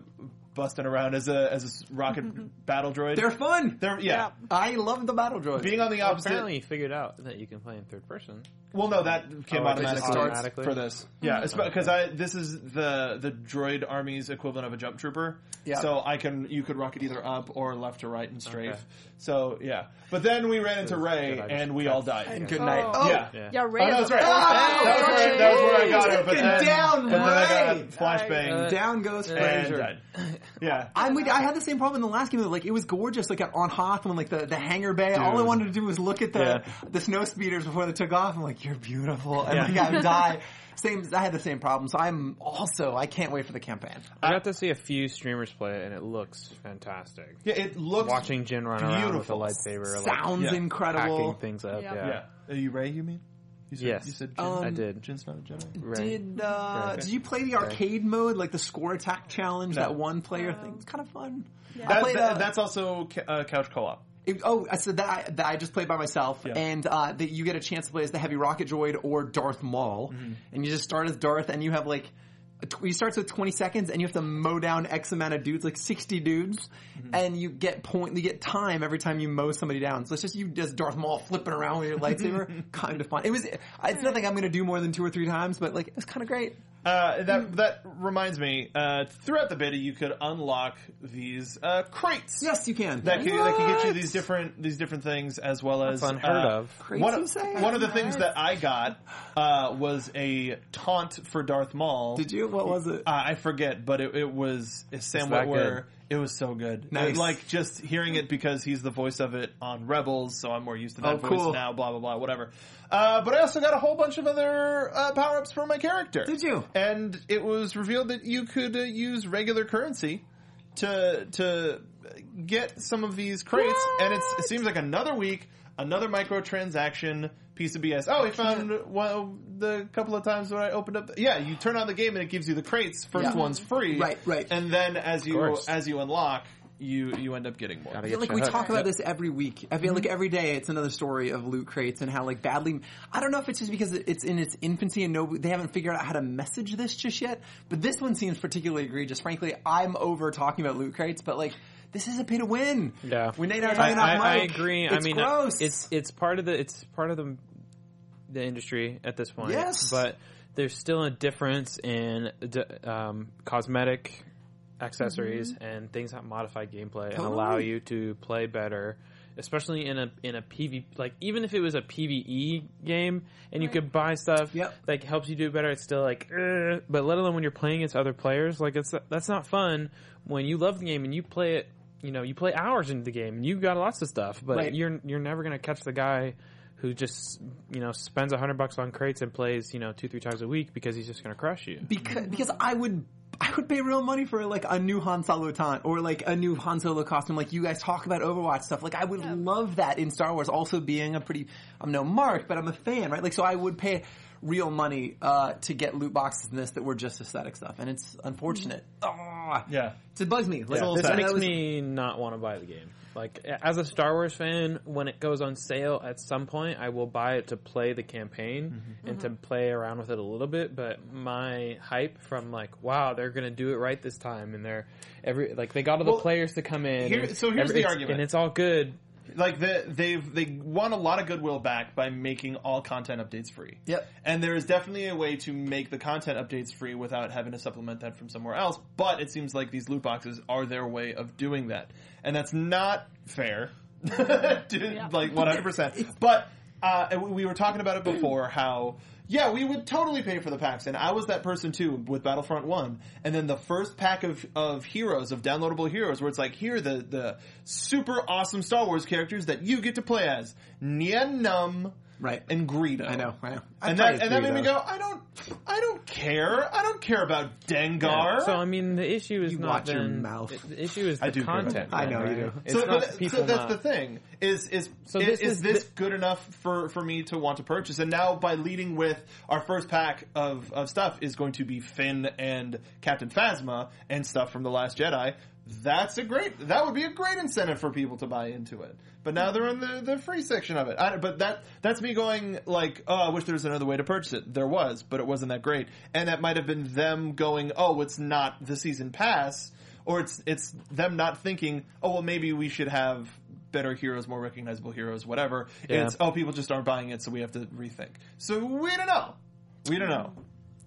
S1: busting around as a as a s-
S5: [laughs]
S1: rocket battle droid.
S3: They're fun.
S1: They're- yeah.
S3: I love the battle droid.
S1: Being on the
S4: Well,
S1: opposite.
S4: apparently, you figured out that you can play in third person.
S1: Well, no, that came
S4: Oh, it
S1: automatically,
S4: just starts
S1: for this. Yeah, because I this is the the droid army's equivalent of a jump trooper.
S3: Yeah.
S1: So I can you could rocket either up or left to right and strafe. So yeah, but then we ran into Ray
S4: good, I just-
S1: and we all died.
S3: good night.
S5: Oh.
S3: Oh,
S1: Yeah.
S4: Yeah.
S5: Yeah,
S1: Oh,
S5: Ray.
S1: no,
S5: is
S1: that's
S5: a-
S1: right. that, was where, that was where I got it. But
S3: Taken
S1: then,
S3: down,
S1: and then I got
S3: Ray!
S4: Uh,
S1: flashbang
S3: down goes
S1: and uh,
S3: Fraser.
S1: died. Yeah.
S3: I'm with, I had the same problem in the last game. Like it was gorgeous, like on Hoth when like the, the hangar bay. All I
S1: Dude.
S3: wanted to do was look at the
S1: Yeah.
S3: the snow speeders before they took off. I'm like, you're beautiful, and
S1: Yeah. [laughs]
S3: like I would die. Same, I had the same problem. So I'm also I can't wait for the campaign.
S4: I got to see a few streamers play it, and it looks fantastic.
S1: yeah, it looks
S4: Watching Jin run around with a
S1: beautiful.
S4: lightsaber, like
S3: Sounds
S1: yeah.
S4: hacking
S3: incredible.
S4: things up.
S5: Yeah.
S4: Yeah,
S1: Yeah, Are you Ray? You mean? You said,
S4: Yes.
S1: You said Jin.
S3: Um,
S4: I did.
S1: Jin's not a Jedi.
S4: Right.
S3: Did uh,
S4: Right.
S3: did you play the arcade mode, like the score attack challenge, that one player thing? It's kind of fun. I
S1: That,
S3: played,
S1: that-
S3: uh,
S1: that's also ca- uh, couch co-op.
S3: It- oh, I said that I, that I just played by myself,
S1: Yeah.
S3: and uh, that you get a chance to play as the heavy rocket droid or Darth Maul,
S1: Mm-hmm.
S3: and you just start as Darth, and you have like. a tw- You starts with 20 seconds and you have to mow down X amount of dudes, like 60 dudes,
S1: Mm-hmm.
S3: and you get point, you get time every time you mow somebody down. So it's just you just Darth Maul flipping around with your
S1: [laughs]
S3: lightsaber. kind of fun. It was, it's nothing I'm going to do more than two or three times, but like, it was kind of great.
S1: Uh,
S3: Hmm.
S1: that that reminds me. Uh, throughout the beta, you could unlock these uh, crates.
S3: Yes, you can.
S1: That can, that can get you these different these different things as well as
S4: unheard
S1: uh,
S4: of.
S3: Crates,
S1: One
S3: you
S1: of,
S3: say?
S1: one of the things that I got uh, was a taunt for Darth Maul.
S3: Did you? What was it?
S1: Uh, I forget, but it, it was Sam
S4: that
S1: Witwer. It was so good.
S3: Nice.
S1: And, like just hearing it because he's the voice of it on Rebels, so I'm more used to that
S3: Oh,
S1: voice
S3: cool.
S1: now. Blah blah blah, whatever. Uh, but I also got a whole bunch of other uh, power ups for my character.
S3: Did you?
S1: And it was revealed that you could uh, use regular currency to to get some of these crates, and it's, it seems like another week, another microtransaction piece of BS. Oh, I found well, the couple of times when I opened up. Yeah, you turn on the game and it gives you the crates. First
S3: Yeah.
S1: one's free,
S3: Right, right.
S1: And then as you
S4: course.
S1: as you unlock, you you end up getting more.
S4: Gotta get
S3: like
S4: you
S3: we
S4: hooked.
S3: talk about this every week. I feel like every day it's another story of loot crates and how like badly. I don't know if it's just because it's in its infancy and no, they haven't figured out how to message this just yet. But this one seems particularly egregious. Frankly, I'm over talking about loot crates, but like this is a pay to win.
S4: Yeah.
S3: we Nate and I were
S4: I,
S3: talking
S4: I,
S3: off
S4: I
S3: mic.
S4: agree.
S3: It's
S4: I mean,
S3: gross.
S4: it's it's part of the it's part of the the industry at this point.
S3: Yes.
S4: but there's still a difference in d- um, cosmetic accessories and things that modify gameplay and allow
S3: Mm-hmm. Totally.
S4: you to play better. Especially in a in a PV like even if it was a PVE game and you could buy stuff
S3: Yep.
S4: like helps you do better, it's still like, eh. but let alone when you're playing against other players, like it's that's not fun. When you love the game and you play it, you know you play hours into the game and you've got lots of stuff, but
S3: Right.
S4: you're you're never gonna catch the guy who just you know spends a hundred bucks on crates and plays you know two three times a week because he's just gonna crush you.
S3: because because I would I would pay real money for like a new Han Solo taunt or like a new Han Solo costume. Like you guys talk about Overwatch stuff. Like I would love that in Star Wars. Also being a pretty I'm no Mark, but I'm a fan, right? Like so I would pay real money uh, to get loot boxes in this that were just aesthetic stuff, and it's unfortunate. Ah,
S1: Yeah.
S3: So it bugs me. Like,
S1: Yeah,
S3: yeah,
S1: this
S4: This makes me not want to buy the game. Like as a Star Wars fan, when it goes on sale at some point, I will buy it to play the campaign
S3: Mm-hmm.
S4: and
S1: Mm-hmm.
S4: to play around with it a little bit. But my hype from like, wow, they're gonna do it right this time, and they're every like they got all the
S1: Well,
S4: players to come in.
S1: here-
S4: and
S1: so here's the
S4: it's-
S1: argument.
S4: and it's all good.
S1: like the, they've they won a lot of goodwill back by making all content updates free.
S3: Yep.
S1: And there is definitely a way to make the content updates free without having to supplement that from somewhere else. But it seems like these loot boxes are their way of doing that, and that's not fair. [laughs] To- Like one hundred percent. But uh, and we we were talking about it before how. Yeah, we would totally pay for the packs, and I was that person too with Battlefront One. And then the first pack of, of heroes, of downloadable heroes, where it's like, here are the the super awesome Star Wars characters that you get to play as Nia Num,
S3: Right.
S1: and Greedo.
S3: I know, I know. I
S1: and
S3: played
S1: that and that made me
S3: Greedo.
S1: go, I don't, I don't care. I don't care about Dengar.
S4: So I mean, the issue is
S3: You
S4: not
S3: watch your
S4: then-
S3: mouth.
S4: it- the issue is the
S1: I do care about
S4: content.
S1: that.
S3: I
S4: then,
S3: know you
S4: right?
S3: do.
S4: It's
S1: So-
S4: not
S1: but-
S4: people
S1: so that's
S4: not-
S1: the thing is is
S4: So
S1: is
S4: this
S1: this,
S4: is
S1: is this good enough for for me to want to purchase? And now by leading with our first pack of of stuff is going to be Finn and Captain Phasma and stuff from the Last Jedi. That's a great. That would be a great incentive for people to buy into it. But now they're in the, the free section of it. I, but that that's me going like, oh, I wish there was another way to purchase it. There was, but it wasn't that great. And that might have been them going, oh, it's not the season pass or it's it's them not thinking, oh well, maybe we should have better heroes, more recognizable heroes, whatever.
S4: Yeah.
S1: It's oh, people just aren't buying it, so we have to rethink. So we don't know. We don't know.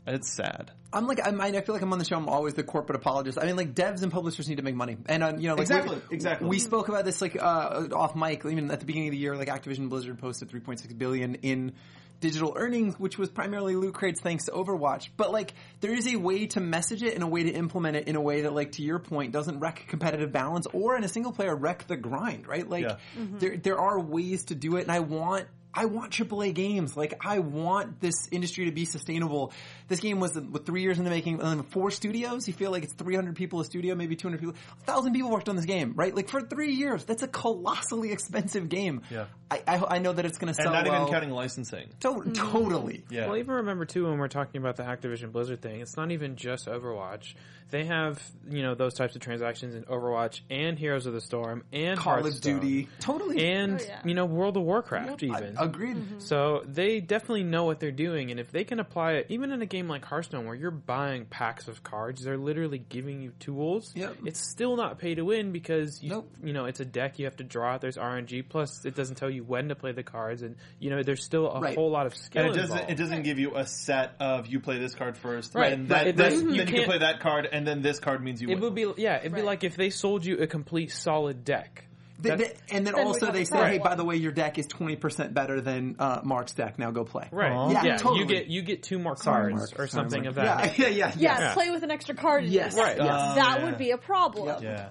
S1: It's sad.
S3: I'm like I'm, I feel like I'm on the show. I'm always the corporate apologist. I mean, like devs and publishers need to make money, and uh, you know, like
S1: Exactly,
S3: we,
S1: exactly.
S3: We spoke about this like uh, off mic. Even at the beginning of the year, like Activision Blizzard posted 3.6 billion in digital earnings, which was primarily loot crates thanks to Overwatch. But like, there is a way to message it and a way to implement it in a way that, like, to your point, doesn't wreck competitive balance or in a single player wreck the grind. Right? Like,
S1: Yeah.
S3: there there are ways to do it, and I want I want AAA games. Like I want this industry to be sustainable. This game was with three years in the making, and then four studios. You feel like it's 300 people a studio, maybe 200 people. A thousand people worked on this game, right? Like for three years, that's a colossally expensive game.
S1: Yeah.
S3: I I, I know that it's going to
S1: And
S3: sell.
S1: not
S3: well.
S1: even counting licensing.
S3: To-
S5: Mm-hmm.
S3: totally.
S1: Yeah.
S4: Well, even remember too when we're talking about the Activision Blizzard thing, it's not even just Overwatch. They have you know those types of transactions in Overwatch and Heroes of the Storm and
S3: Call of
S4: Hearthstone
S3: Duty. Totally.
S4: and
S5: yeah.
S4: you know World of Warcraft even.
S3: Agreed.
S5: Mm-hmm.
S4: So they definitely know what they're doing, and if they can apply it, even in a game like Hearthstone, where you're buying packs of cards, they're literally giving you tools.
S3: Yep.
S4: It's still not pay to win because you
S3: Nope.
S4: you know it's a deck you have to draw. There's RNG, plus it doesn't tell you when to play the cards, and you know there's still a
S3: Right.
S4: whole lot of skill.
S1: And it doesn't.
S4: involved.
S1: It doesn't give you a set of you play this card first,
S4: Right,
S1: Then
S4: right,
S1: that,
S4: it
S1: then,
S4: doesn't- you
S1: then you can
S4: can't-
S1: play that card, and then this card means you.
S4: It
S1: win.
S4: would be yeah. It'd be
S5: Right.
S4: like if they sold you a complete solid deck.
S3: Th-
S4: That's-
S3: th- and then
S5: Then we
S3: also
S5: have
S3: they
S5: a
S3: say, hey,
S5: problem.
S3: by the way, your deck is 20% better than uh, Mark's deck. Now go play.
S4: Right.
S3: Yeah,
S4: Yeah.
S3: totally.
S4: You get you get two more
S3: Sorry,
S4: cards
S3: Mark.
S4: or
S3: Sorry,
S4: something
S3: Mark.
S4: of that.
S3: Yeah, [laughs] yeah, yeah.
S5: Yeah,
S3: yes.
S5: play with an extra card. Oh, in
S3: Yes.
S5: it.
S4: Right.
S3: Yes.
S1: Uh,
S5: that
S1: yeah.
S5: would be a problem.
S1: Yeah.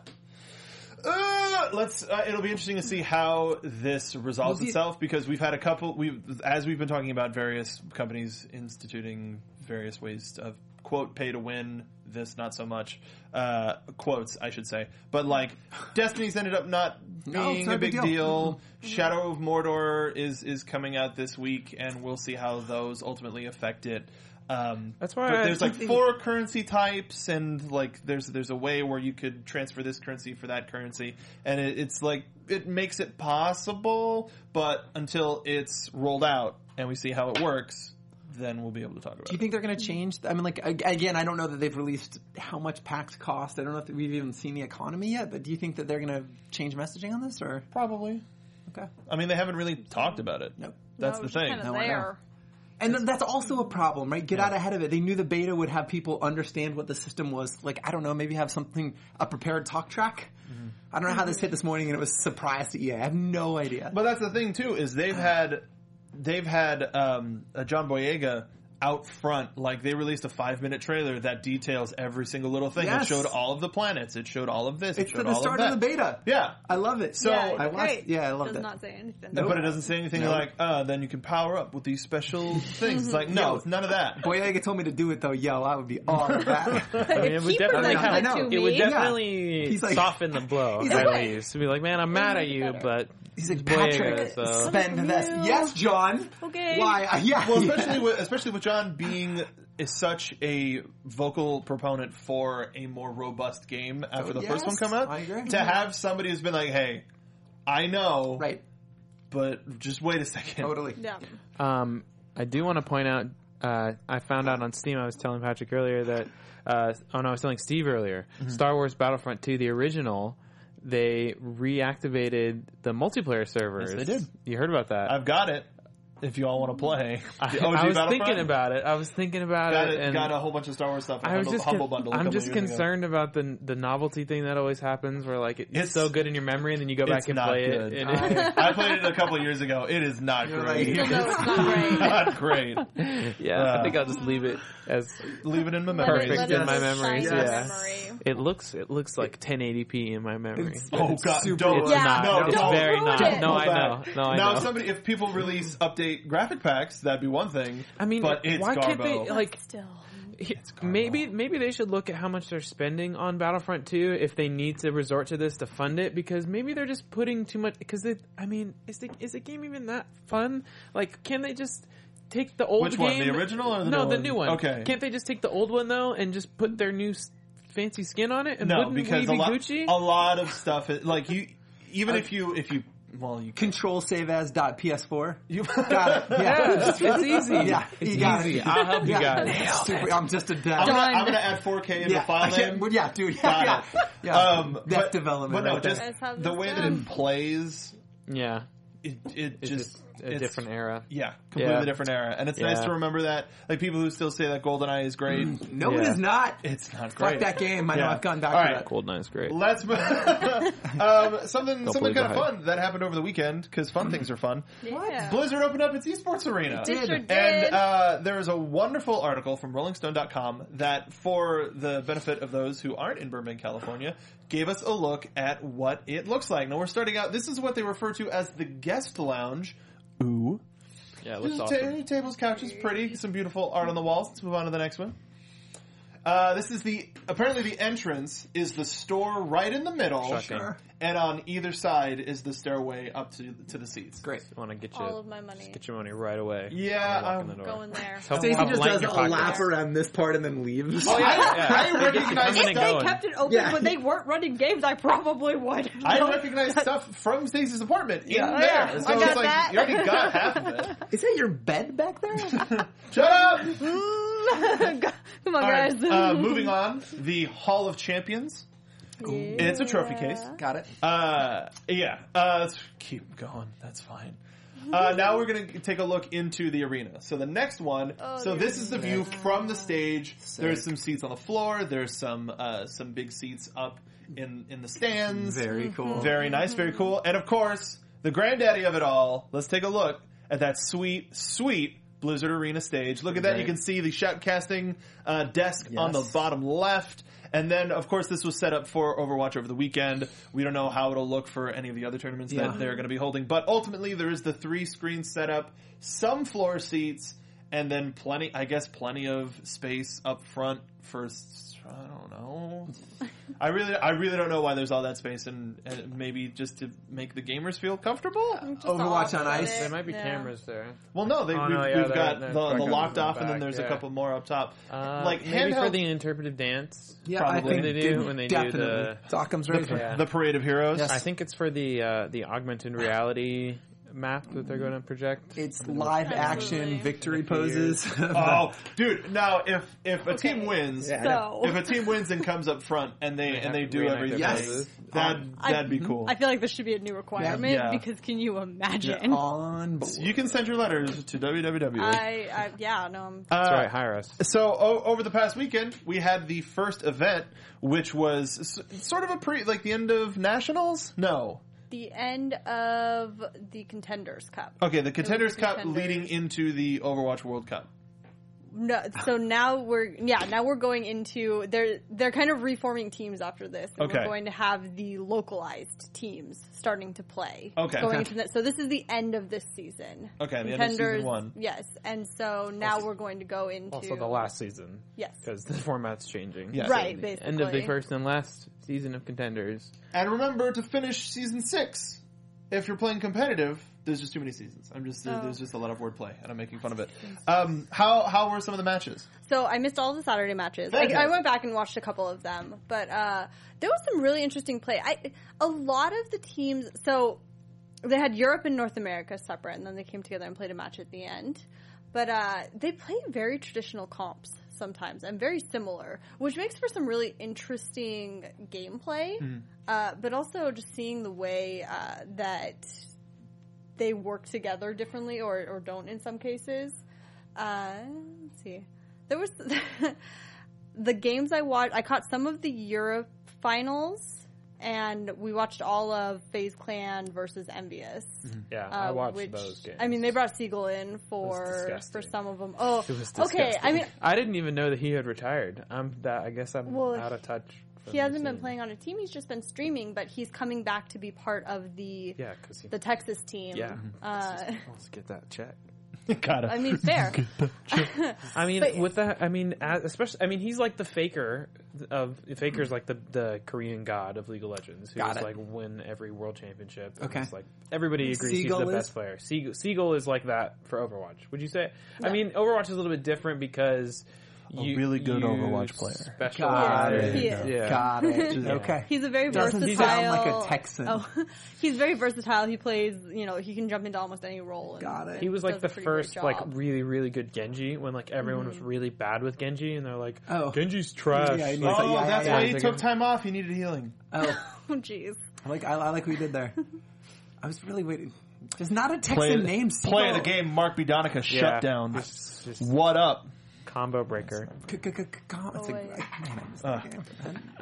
S1: Uh, let's. Uh, it'll be interesting to see how this resolves
S3: Well, the-
S1: itself because we've had a couple. We, have as we've been talking about various companies instituting various ways of quote pay to win. This not so much uh, quotes, I should say, but
S3: [laughs]
S1: like Destiny's ended up not
S3: No, it's
S1: being
S3: not
S1: a big deal.
S3: deal. Mm-hmm.
S1: Shadow of Mordor is is coming out this week, and we'll see how those ultimately affect it. Um,
S4: That's why
S1: but
S4: I-
S1: there's like four currency types, and like there's there's a way where you could transfer this currency for that currency, and it, it's like it makes it possible, but until it's rolled out and we see how it works, then we'll be able to talk about
S3: Do you
S1: it.
S3: think they're going to change? I mean, like ag- again, I don't know that they've released how much packs cost. I don't know if we've even seen the economy yet. But do you think that they're going to change messaging on this? Or
S1: Probably.
S3: okay,
S1: I mean, they haven't really talked about it.
S3: nope.
S1: That's
S5: No,
S1: the
S5: it's just
S1: thing.
S5: kinda
S3: No, I know.
S5: there.
S3: And th- that's also a problem, right? Get out ahead of it. They knew the beta would have people understand what the system was. Like, I don't know, maybe have something, a prepared talk track.
S1: Mm-hmm.
S3: I don't know how this hit this morning and it was surprised to EA. I have no idea.
S1: But that's the thing too is they've
S3: Uh-huh.
S1: had they've had um, uh, John Boyega out front. Like they released a five minute trailer that details every single little thing.
S3: Yes.
S1: It showed all of the planets. It showed all of this.
S3: it's
S1: it
S3: the,
S1: showed
S3: the
S1: all
S3: start
S1: of,
S3: of,
S1: that.
S3: the beta.
S1: Yeah.
S3: I love it.
S1: So-
S3: Oh, I
S5: it's
S3: watched,
S5: great.
S3: yeah, I loved
S5: Does
S3: it.
S5: not say anything. [laughs]
S1: But it doesn't say anything like, uh, then you can power up with these
S3: [laughs]
S1: special things. It's like, no, it's none of that.
S3: Boyega told me to do it though, yo, I would be all [laughs] about it.
S4: I mean, it would
S5: He
S4: definitely,
S3: presented
S4: kind
S3: it to
S4: of, it would
S5: me.
S4: definitely
S3: Yeah. He's like-
S4: soften the blow
S3: [laughs] He's
S4: at
S3: like-
S4: least. To be like, man, I'm mad at you, but
S3: He's like,
S4: Boyega,
S3: Patrick,
S4: so-
S3: spend this.
S5: Real.
S3: Yes, John.
S5: Okay.
S3: Why? Uh, yeah.
S1: Well,
S3: yeah.
S1: especially with, especially with John being is such a vocal proponent for a more robust game after the first
S3: Oh, yes,
S1: one come out.
S3: I agree.
S1: To have somebody who's been like, hey, I know,
S3: [laughs] Right.
S1: but just wait a second.
S3: Totally.
S5: Yeah.
S4: Um, I do want to point out. Uh, I found out on Steam. I was telling Patrick earlier that. Uh, oh no, I was telling Steve earlier.
S3: Mm-hmm.
S4: Star Wars Battlefront 2, the original. They reactivated the multiplayer servers.
S1: they did.
S4: You heard about that?
S1: I've got it. If you all want to play,
S4: [laughs]
S1: [laughs]
S4: I,
S1: The OG
S4: I was
S1: Battlefront.
S4: thinking about it. I was thinking about
S1: Got,
S4: it,
S1: it,
S4: and
S1: got a whole bunch of Star Wars stuff. in
S4: I was
S1: Humble-
S4: just.
S1: humble
S4: con-
S1: bundle. a
S4: I'm
S1: couple
S4: just
S1: years ago.
S4: concerned about the the novelty thing that always happens, where like it's,
S1: It's-
S4: so good in your memory, and then you go back
S1: It's
S4: and
S1: not
S4: play
S1: good.
S4: it. and it-
S1: I, [laughs] I played it a couple years ago. It is not [laughs] great.
S3: like-
S1: It is
S4: [laughs]
S5: [laughs]
S1: not great.
S4: [laughs] yeah, I
S1: Uh.
S4: think I'll just leave it as
S1: Leave it in my
S5: Let it-
S1: memory.
S4: perfect
S5: let
S4: in
S5: it
S4: my
S5: shine
S4: memories.
S5: in my
S4: Yeah.
S5: memory.
S4: It looks it looks like 1080p in my memory.
S3: It's-
S1: Oh
S3: It's
S1: god,
S3: super
S1: don't.
S4: It's
S5: Yeah,
S4: not.
S1: No,
S4: it's
S1: don't
S4: very
S5: ruin
S4: not.
S5: it.
S4: No,
S1: Go
S4: I know.
S1: back.
S4: No, I
S1: now,
S4: know.
S1: if somebody, if people release update graphic packs, that'd be one thing.
S4: I mean,
S1: but it's
S4: why
S1: Garbo.
S4: can't they like?
S5: Still.
S4: he- Maybe maybe they should look at how much they're spending on Battlefront 2 if they need to resort to this to fund it because maybe they're just putting too much. Because I mean, is the is the game even that fun? Like, can they just take the old
S1: Which one,
S4: game?
S1: the original or the
S4: no
S1: new
S4: the
S1: one?
S4: new one?
S1: Okay.
S4: can't they just take the old one though and just put their new s- fancy skin on it? And
S1: no,
S4: wouldn't
S1: because
S4: we
S1: a
S4: be
S1: lot,
S4: Gucci?
S1: a lot of stuff. Is, like you, even if you, if you, well, you
S3: Control save as dot PS4.
S1: you [laughs]
S3: Got it.
S4: Yeah,
S3: Yeah.
S4: it's it's easy.
S3: Yeah,
S4: it's
S3: you got
S4: easy.
S3: it.
S4: I'll help you
S3: Yeah.
S4: guys.
S3: Super, I'm just a
S1: I'm
S3: dad.
S1: gonna, I'm gonna add 4K in
S3: yeah,
S1: the file
S3: yeah,
S1: name.
S3: well, yeah,
S1: [laughs]
S3: dude. Yeah,
S1: Got
S3: yeah.
S1: it.
S3: yeah.
S1: Um,
S3: Depth
S1: but-
S3: development
S1: But no,
S3: right there.
S1: just
S5: That's how this
S1: the way that it
S5: done.
S1: plays,
S4: Yeah,
S1: it, it
S4: it's
S1: just
S4: just a
S1: it's-
S4: different era.
S1: Yeah, completely
S4: Yeah.
S1: different era, and it's nice
S4: Yeah.
S1: to remember that. Like people who still say that GoldenEye is great,
S3: no, it
S4: yeah.
S3: is not.
S1: it's not
S3: Mm. Fuck
S1: great. [laughs]
S3: that game. I know
S1: Yeah.
S3: I've gone back
S1: All
S3: to
S1: right,
S3: that.
S4: Cold Nine's great.
S1: Let's [laughs] move. um, something something kind
S4: believe the
S1: of fun that happened over the weekend because fun things are fun.
S5: Yeah.
S1: Blizzard opened up its esports arena.
S5: It sure did.
S1: And uh, there is a wonderful article from RollingStone.com that, for the benefit of those who aren't in Burbank, California, gave us a look at what it looks like. Now we're starting out. This is what they refer to as the guest lounge. Ooh.
S4: Yeah, it looks
S1: There's ta-
S4: awesome.
S1: tables, couches, pretty. Some beautiful art on the walls. Let's move on to the next one. Uh, this is the apparently the entrance is the store right in the middle,
S4: Shocking. Sure.
S1: and on either side is the stairway up to to the seats.
S3: Great.
S4: want to get you
S5: All of my money
S4: get your money right away.
S1: Yeah, um,
S4: when you walk
S1: I'm
S4: in the door.
S5: going there.
S4: Tell them
S3: Stacey
S4: how
S3: um, just
S4: light
S3: does
S4: your
S3: a
S4: pocket
S3: lap
S4: is.
S3: around this part and then leaves.
S1: Oh, yeah, I, I
S4: Yeah.
S1: recognize
S4: They
S5: If
S4: get
S5: they
S4: going.
S5: kept it open,
S3: Yeah.
S5: but they weren't running games, I probably would. [laughs]
S1: I recognize stuff from Stacey's apartment in
S3: Yeah.
S1: there. So
S5: I got
S1: it's like
S5: that.
S1: you already got half of it.
S3: Is that your bed back there?
S1: Shut up.
S5: Come on,
S1: All right,
S5: guys.
S1: uh, moving on. The Hall of Champions. It's a trophy case.
S3: [laughs] Got it.
S1: Uh, yeah. Uh, let's keep going. That's fine. Uh, now we're gonna take a look into the arena. So the next one. so this is the view from the stage. There's some seats on the floor. There's some uh, some big seats up in in the stands.
S3: Very cool.
S1: Very nice. Very cool. And of course, the granddaddy of it all. Let's take a look at that sweet, sweet. Blizzard Arena stage. Look at that. You
S4: Right.
S1: can see the shoutcasting uh, desk on the
S3: Yes.
S1: bottom left. And then, of course, this was set up for Overwatch over the weekend. We don't know how it'll look for any of the other tournaments
S3: Yeah.
S1: that they're going to be holding. But ultimately, there is the three screen setup, some floor seats, and then plenty, I guess, plenty of space up front for. s- I don't
S3: [laughs]
S1: know. I really, I really don't know why there's all that space, and, and maybe just to make the gamers feel comfortable.
S5: Just
S3: Overwatch
S5: all
S3: on
S5: about
S3: ice.
S5: it.
S4: There might be
S5: Yeah.
S4: cameras there.
S1: Well, no, they,
S4: Oh,
S1: we've,
S4: no, yeah,
S1: we've
S4: they're-
S1: got
S4: they're
S1: the, the
S4: fucking
S1: locked off, and
S4: back,
S1: then there's a
S4: yeah.
S1: couple more up top.
S4: Uh,
S1: like
S4: maybe for
S1: handheld,
S4: the interpretive dance.
S3: Yeah,
S1: Probably.
S3: I think
S1: They
S4: do when they do
S3: definitely.
S4: the-
S3: Occam's razor.
S4: yeah.
S1: the parade of heroes.
S3: Yes.
S4: I think it's for the uh, the augmented reality map that they're going to project.
S3: It's live action
S5: Absolutely.
S3: victory poses.
S1: Oh, dude! Now, if if a team wins,
S3: Yeah, I know.
S5: So
S1: if a team wins and comes up front and they
S4: have
S1: and they
S4: to
S1: do
S4: reenact
S1: everything,
S4: their
S3: poses.
S1: that
S5: Um, I-
S1: that'd be cool.
S5: I feel like this should be a new requirement
S1: Yeah.
S5: because can you imagine?
S3: on board.
S1: you can send your letters to www.
S5: [laughs] I, I yeah no I'm
S1: Uh,
S4: That's right, hire us.
S1: So o- over the past weekend, we had the first event, which was s- sort of a pre, like the end of nationals. No,
S5: the end of the contenders cup.
S1: okay, the contenders cup
S5: Contenders.
S1: leading into the Overwatch World Cup.
S5: No, so now we're yeah now we're going into they're they're kind of reforming teams after this. And
S1: Okay.
S5: We're going to have the localized teams starting to play.
S1: Okay.
S5: Going into that, so this is the end of this season.
S1: Okay, the end of season
S5: Contenders-
S1: one.
S5: Yes, and so now we're going to go into
S4: Also, the last season.
S5: Yes.
S4: Because the format's changing.
S1: Yes.
S5: right
S4: The
S5: basically
S4: End of the first and last season of contenders.
S1: And remember to finish season six. If you're playing competitive, there's just too many seasons. I'm just
S5: Oh.
S1: there's just a lot of wordplay, and I'm making fun of it. Um, how how were some of the
S4: [laughs]
S1: matches?
S5: So I missed all the Saturday matches. I, I went back and watched a couple of them, but uh, there was some really interesting play. I a lot of the teams. So they had Europe and North America separate, and then they came together and played a match at the end. But uh, they play very traditional comps sometimes and very similar, which makes for some really interesting gameplay. Uh, but also just seeing the way uh, that they work together differently or, or don't in some cases. Uh, let's see. There was [laughs] the games I watched. I caught some of the Europe finals, and we watched all of FaZe Clan versus Envious.
S4: Yeah,
S5: uh,
S4: I watched
S5: which-
S4: those games.
S5: I mean, they brought Siegel in for for
S4: disgusting.
S5: some of them. Oh,
S4: It was
S5: okay. I
S4: disgusting.
S5: mean,
S4: I didn't even know that he had retired. I'm that. I guess I'm
S5: Well,
S4: out of touch. from
S5: he hasn't been
S4: the-
S5: playing on a team. He's just been streaming, but he's coming back to be part of the
S4: Yeah, because he.
S5: the Texas team.
S4: yeah.
S5: Uh,
S4: Let's get that check.
S1: Got
S5: I
S4: [laughs]
S5: mean, fair.
S4: I mean,
S5: But-
S4: with that, I mean, as- especially, I mean, he's like the faker of faker's like the the Korean god of League of Legends, who
S3: Got
S4: was
S3: it.
S4: like win every world championship. and
S3: Okay.
S4: it's like everybody agrees
S3: Seagull
S4: he's the
S3: is?
S4: best player. Seagull, Seagull is like that for Overwatch. Would you say? I mean, Overwatch is a little bit different because you,
S1: really good
S4: you
S1: Overwatch player.
S4: specialize-
S3: Got it.
S5: He is.
S4: Yeah.
S3: Got it. Okay.
S5: He's a very
S3: Doesn't
S5: versatile.
S3: sound like a Texan.
S5: Oh, [laughs] he's very versatile. He plays, you know, he can jump into almost any role. and-
S3: Got it.
S4: He was like
S5: does
S4: the
S5: a pretty great
S4: first like
S5: job.
S4: really really good Genji when like everyone was really bad with Genji and they're like,
S3: Mm-hmm. Oh.
S4: Genji's trash."
S3: Yeah, I know.
S4: Like,
S1: Oh,
S3: Yeah,
S1: that's
S3: yeah,
S1: why
S4: yeah.
S1: he took time off. He needed healing.
S3: Oh,
S5: Oh, [laughs] jeez.
S3: I like I, I like what you did there. I was really waiting. There's not a Texan name.
S1: play the game. Mark Bidonica
S4: Yeah.
S1: shutdown.
S4: Just- just
S1: What up?
S4: combo breaker.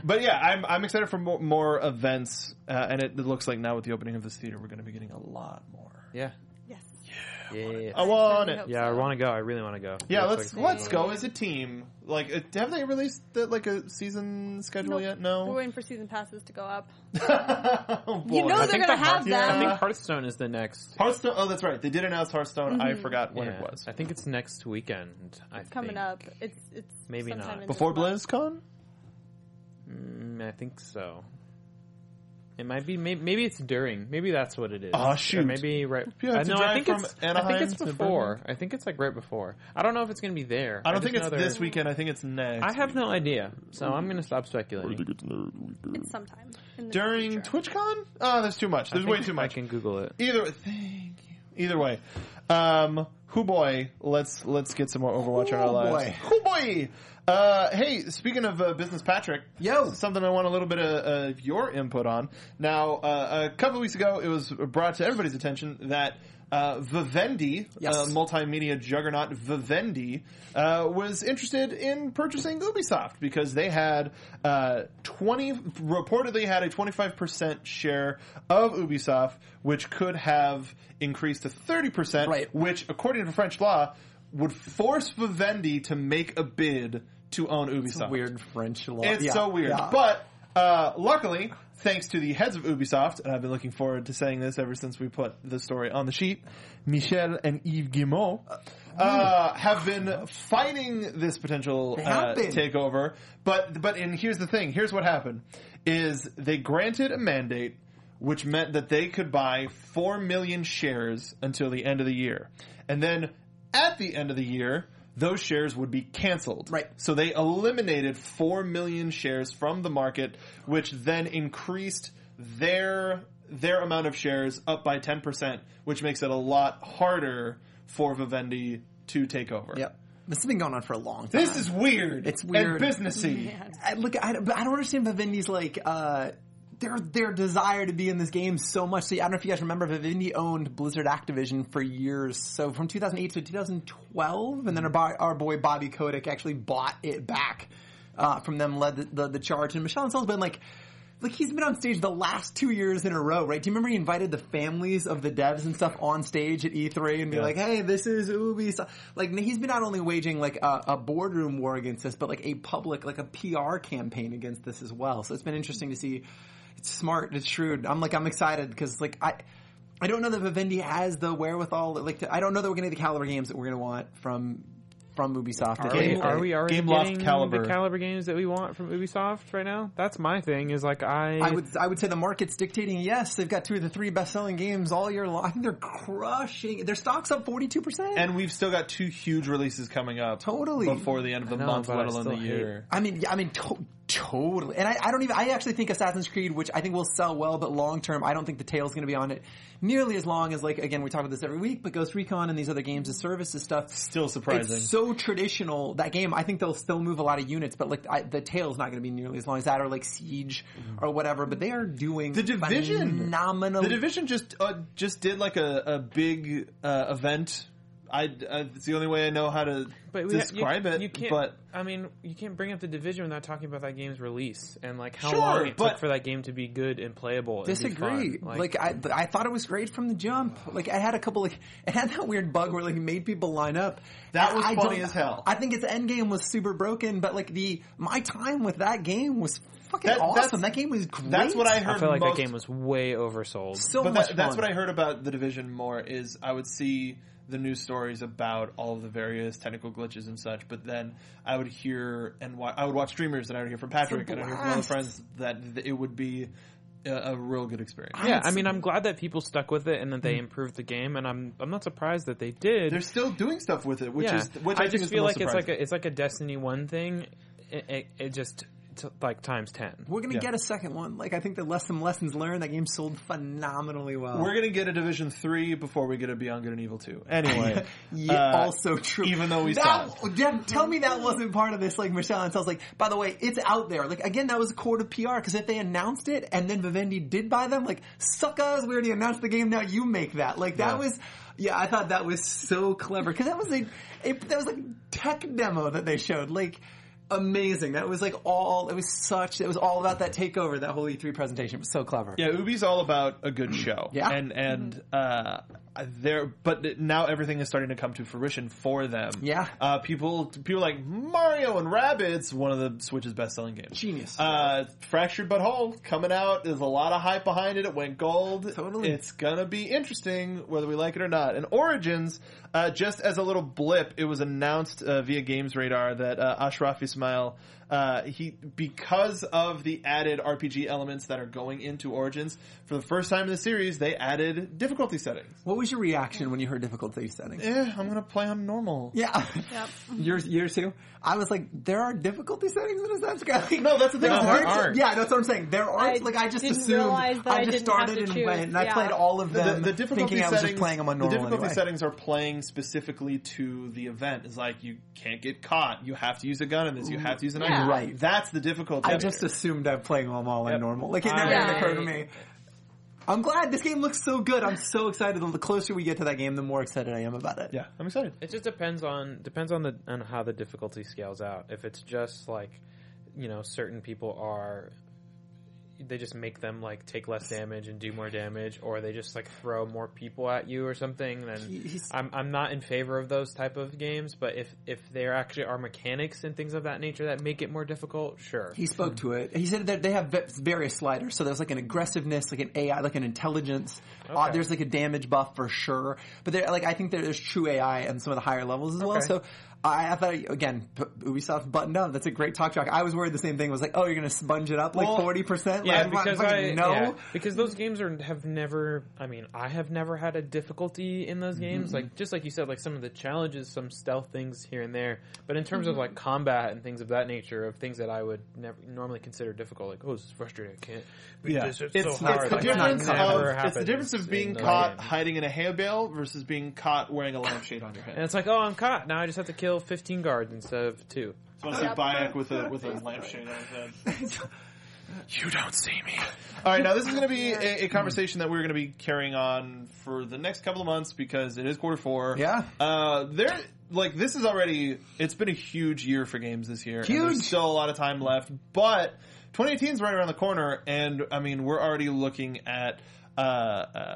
S1: But yeah, I'm I'm excited for more, more events, uh, and it, it looks like now with the opening of this theater, we're going to be getting a lot more.
S4: Yeah.
S5: Yes.
S4: Yeah. Yeah.
S1: I want it.
S5: hope
S4: Yeah, I
S5: so.
S4: want to go. I really want to go.
S1: Oh. Yeah, let's
S4: Looks like-
S1: let's go as a team. Like, uh, have they released the, like a season schedule
S5: Nope.
S1: yet?
S5: We're
S1: No.
S5: waiting for season passes to go up.
S1: [laughs] oh, boy.
S5: You know
S4: I
S5: they're
S4: think
S5: gonna
S4: the
S5: have
S4: Hearthstone- I
S5: them.
S4: think Hearthstone is the next.
S1: Hearthstone. Oh, that's right. They did announce Hearthstone. I forgot when
S4: yeah,
S1: it was
S4: I think it's next weekend. I
S5: It's coming
S4: think.
S5: up. It's it's
S4: Maybe
S5: sometime
S4: not.
S5: in this
S1: before
S5: month.
S1: BlizzCon.
S4: Mm, I think so. It might be. Maybe, maybe it's during. Maybe that's what it is.
S1: Aw,
S4: Or
S1: Ah, shoot.
S4: maybe right.
S1: You have
S4: I
S1: to
S4: know,
S1: drive
S4: I think
S1: from
S4: it's. I
S1: Anaheim
S4: think it's
S1: to
S4: before. I think it's like right before. I don't know if it's going to be there.
S1: I don't
S4: just
S1: think
S4: know
S1: it's
S4: they're-
S1: this weekend. I think it's next.
S4: I have no idea, so I'm going to stop speculating.
S5: It's sometime in the
S1: during
S5: future.
S1: TwitchCon. Oh, there's too much. There's
S4: I think
S1: way too
S4: I
S1: much.
S4: can Google it.
S1: Either thank you. Either way, um, who boy? Let's let's get some more Overwatch on our
S3: Hoo
S1: lives.
S3: boy.
S1: Who boy? Uh, hey, speaking of uh, business, Patrick.
S3: Yo.
S1: something I want a little bit of, of your input on. Now, uh, a couple of weeks ago, it was brought to everybody's attention that. Uh, Vivendi,
S3: Yes.
S1: uh, multimedia juggernaut Vivendi, uh, was interested in purchasing Ubisoft because they had uh, twenty reportedly had a twenty five percent share of Ubisoft, which could have increased to thirty percent,
S3: Right.
S1: which, according to French law, would force Vivendi to make a bid to own Ubisoft.
S3: Weird French law.
S1: It's
S3: Yeah,
S1: so weird.
S3: yeah.
S1: But uh, luckily, thanks to the heads of Ubisoft, and I've been looking forward to saying this ever since we put the story on the sheet, Michel and Yves Guillemot. uh, have been fighting this potential uh,
S3: have been.
S1: takeover. But but and here's the thing. Here's what happened: is they granted a mandate, which meant that they could buy four million shares until the end of the year, and then at the end of the year. Those shares would be canceled.
S3: Right.
S1: So they eliminated 4 million shares from the market, which then increased their their amount of shares up by 10%, which makes it a lot harder for Vivendi to take over.
S3: Yep. This has been going on for a long time.
S1: This is weird.
S3: It's
S1: And
S3: weird.
S1: businessy.
S3: I, look, I, don't- but I don't understand Vivendi's like uh, their their desire to be in this game so much. See, I don't know if you guys remember, Vivendi owned Blizzard Activision for years. So from 2008 to 2012, and then our, bo- our boy Bobby Kotick actually bought it back uh, from them, led the, the, the charge. And Michelle Ansel's been like. Like he's been on stage the last two years in a row, right? Do you remember he invited the families of the devs and stuff on stage at E3 and be like, "Hey, this is Ubisoft." Like he's been not only waging like a, a boardroom war against this, but like a public, like a PR campaign against this as well. So it's been interesting to see. It's smart. It's shrewd. I'm like, I'm excited because like I, I don't know that Vivendi has the wherewithal. Like to, I don't know that we're gonna get the caliber games that we're gonna want from from Ubisoft.
S4: Are
S3: The
S4: we,
S3: game-
S4: are we already
S1: Game Loft
S4: getting
S1: Caliber.
S4: the caliber games that we want from Ubisoft right now? That's my thing. Is like I,
S3: I would I would say the market's dictating yes. They've got two of the three best selling games all year long. I think they're crushing. Their stock's up forty two percent.
S1: And we've still got two huge releases coming up.
S3: Totally.
S1: Before the end of the
S4: know,
S1: month,
S4: but
S1: let
S4: I
S1: alone the
S4: still hate-
S1: year.
S3: I mean, yeah, I mean, to- totally. And I, I don't even. I actually think Assassin's Creed, which I think will sell well, but long term, I don't think the tail's going to be on it nearly as long as like again we talk about this every week. But Ghost Recon and these other games as services stuff.
S1: Still surprising.
S3: It's so traditional that game. I think they'll still move a lot of units, but like I, the tail's not going to be nearly as long as that, or like Siege or whatever. But they are doing
S1: Mm-hmm. The division.
S3: phenomenal.
S1: The division just uh, just did like a, a big uh, event. I, I it's the only way I know how to
S4: but we ha- you-
S1: describe it.
S4: You can't,
S1: but
S4: I mean, you can't bring up the division without talking about that game's release and like how
S1: Sure,
S4: long it
S1: but-
S4: took for that game to be good and playable. and be
S3: disagree.
S4: fun.
S3: Like, I, but I thought it was great from the jump. Like I had a couple like [laughs] it had that weird bug where like it made people line up.
S1: That
S3: And
S1: was
S3: I
S1: funny
S3: don't-
S1: as hell.
S3: I think its end game was super broken, but like the my time with that game was fucking
S1: That- that's-
S3: awesome. That game was great.
S1: that's what I heard.
S4: I feel like
S1: most,
S4: that game was way oversold.
S3: so
S1: But
S3: much.
S1: that, that's
S3: fun.
S1: what I heard about the division more is I would see the news stories about all of the various technical glitches and such, but then I would hear and wa- I would watch streamers and I would hear from Patrick and I would hear from other
S3: blast.
S1: friends that th- it would be a, a real good experience.
S4: yeah, I mean, I'm glad that people stuck with it and that they
S1: Hmm.
S4: improved the game, and I'm I'm not surprised that they did.
S1: They're still doing stuff with it, which
S4: yeah,
S1: is which I,
S4: I,
S1: think
S4: just
S1: is the
S4: feel
S1: most
S4: like it's like
S1: surprising.
S4: a, it's like a Destiny One thing. It, it, it just t- like times ten.
S3: We're gonna
S1: Yeah.
S3: get a second one. Like I think the less some lessons learned. That game sold phenomenally well.
S1: We're gonna get a Division Three before we get a Beyond Good and Evil
S4: [laughs]
S1: Two. Anyway,
S3: Yeah,
S1: uh,
S3: also true.
S1: even though we
S3: that,
S1: stopped.
S3: Jeff, tell me that wasn't part of this. Like Michelle and Sal's like, by the way, it's out there. Like again, that was a core to PR because if they announced it and then Vivendi did buy them, like suckers, we already announced the game. Now you make that. Like that was, yeah, I thought that was so clever because that was a, it, that was like tech demo that they showed. Like amazing. That was like all. It was such. It was all about that takeover. That whole E3 presentation it was so clever.
S1: Yeah, Ubi's all about a good show.
S3: [clears throat] Yeah.
S1: and and uh, there, but now everything is starting to come to fruition for them.
S3: Yeah.
S1: uh, people people like Mario and Rabbids, one of the Switch's best selling games.
S3: Genius.
S1: Uh, Fractured But Whole coming out. There's a lot of hype behind it. It went gold.
S3: Totally.
S1: It's gonna be interesting whether we like it or not. And Origins, uh, just as a little blip, it was announced uh, via Games Radar that uh, Ashraf Ismail, uh, he because of the added RPG elements that are going into Origins for the first time in the series, they added difficulty settings.
S3: What was your reaction when you heard difficulty settings?
S1: Eh, I'm gonna play on normal.
S3: Yeah. Years, year two. I was like, there are difficulty settings in Assassin's
S1: [laughs]
S3: Creed.
S1: No, that's the thing.
S3: Like,
S1: No,
S3: there
S1: there aren't.
S3: Yeah, that's what I'm saying. There aren't.
S5: I
S3: like, I just
S5: didn't
S3: assumed.
S5: realize that I
S3: I just
S5: didn't have
S3: started
S5: to
S3: and
S5: choose.
S3: went, and I
S5: Yeah.
S3: played all of
S1: the,
S3: them.
S1: the difficulty
S3: thinking I was
S1: settings
S3: just playing them on normal.
S1: the difficulty
S3: anyway.
S1: settings are playing specifically to the event is like you can't get caught you have to use a gun in this you have to use an
S5: Yeah.
S1: iron
S3: Right.
S1: that's the difficulty
S3: I
S1: of it.
S3: just assumed I'm playing them all on normal. Like, it never
S4: I-
S3: even occurred to me. I'm glad this game looks so good. I'm so excited. The closer we get to that game, the more excited I am about it.
S1: yeah i'm excited
S4: It just depends on depends on the on how the difficulty scales out. If it's just like you know certain people are they just make them like take less damage and do more damage, or they just like throw more people at you or something. Then
S3: He's-
S4: I'm I'm not in favor of those type of games. But if if there actually are mechanics and things of that nature that make it more difficult, sure.
S3: He spoke
S4: Hmm.
S3: to it. He said that they have v- various sliders. So there's like an aggressiveness, like an AI, like an intelligence. Uh, there's like a damage buff for sure. But there, like I think there- there's true AI and some of the higher levels as well.
S4: Okay.
S3: So I, I thought again, P- Ubisoft buttoned up. That's a great talk track. I was worried the same thing. Was like, oh, you're gonna sponge it up like
S1: Well,
S3: forty percent.
S4: Yeah,
S3: like,
S4: because I
S3: fucking no.
S4: yeah, because those games are have never. I mean, I have never had a difficulty in
S1: Mm-hmm,
S4: those games. Like just like you said, like some of the challenges, some stealth things here and there. But in terms of
S1: Mm-hmm.
S4: like combat and things of that nature, of things that I would never normally consider difficult, like oh, this is frustrating. I can't beat
S1: Yeah.
S4: this. It's,
S1: It's,
S4: so hard.
S1: it's the
S4: Like, that
S1: difference
S4: never
S1: of, it's the
S4: happens
S1: difference of
S4: in
S1: being
S4: those
S1: caught
S4: games.
S1: hiding in a hay bale versus being caught wearing a lampshade on your
S4: And
S1: head.
S4: it's like, oh, I'm caught. Now I just have to kill 15 guards instead of two.
S1: So I see Bayek with a with a lampshade on his head.
S3: [laughs] You don't see me.
S1: All right, now this is going to be a, a conversation that we're going to be carrying on for the next couple of months because it is quarter four.
S3: Yeah.
S1: uh, there. Like this is already. It's been a huge year for games this year. and
S3: Huge.
S1: there's still a lot of time left, but 2018 is right around the corner, and I mean we're already looking at. Uh,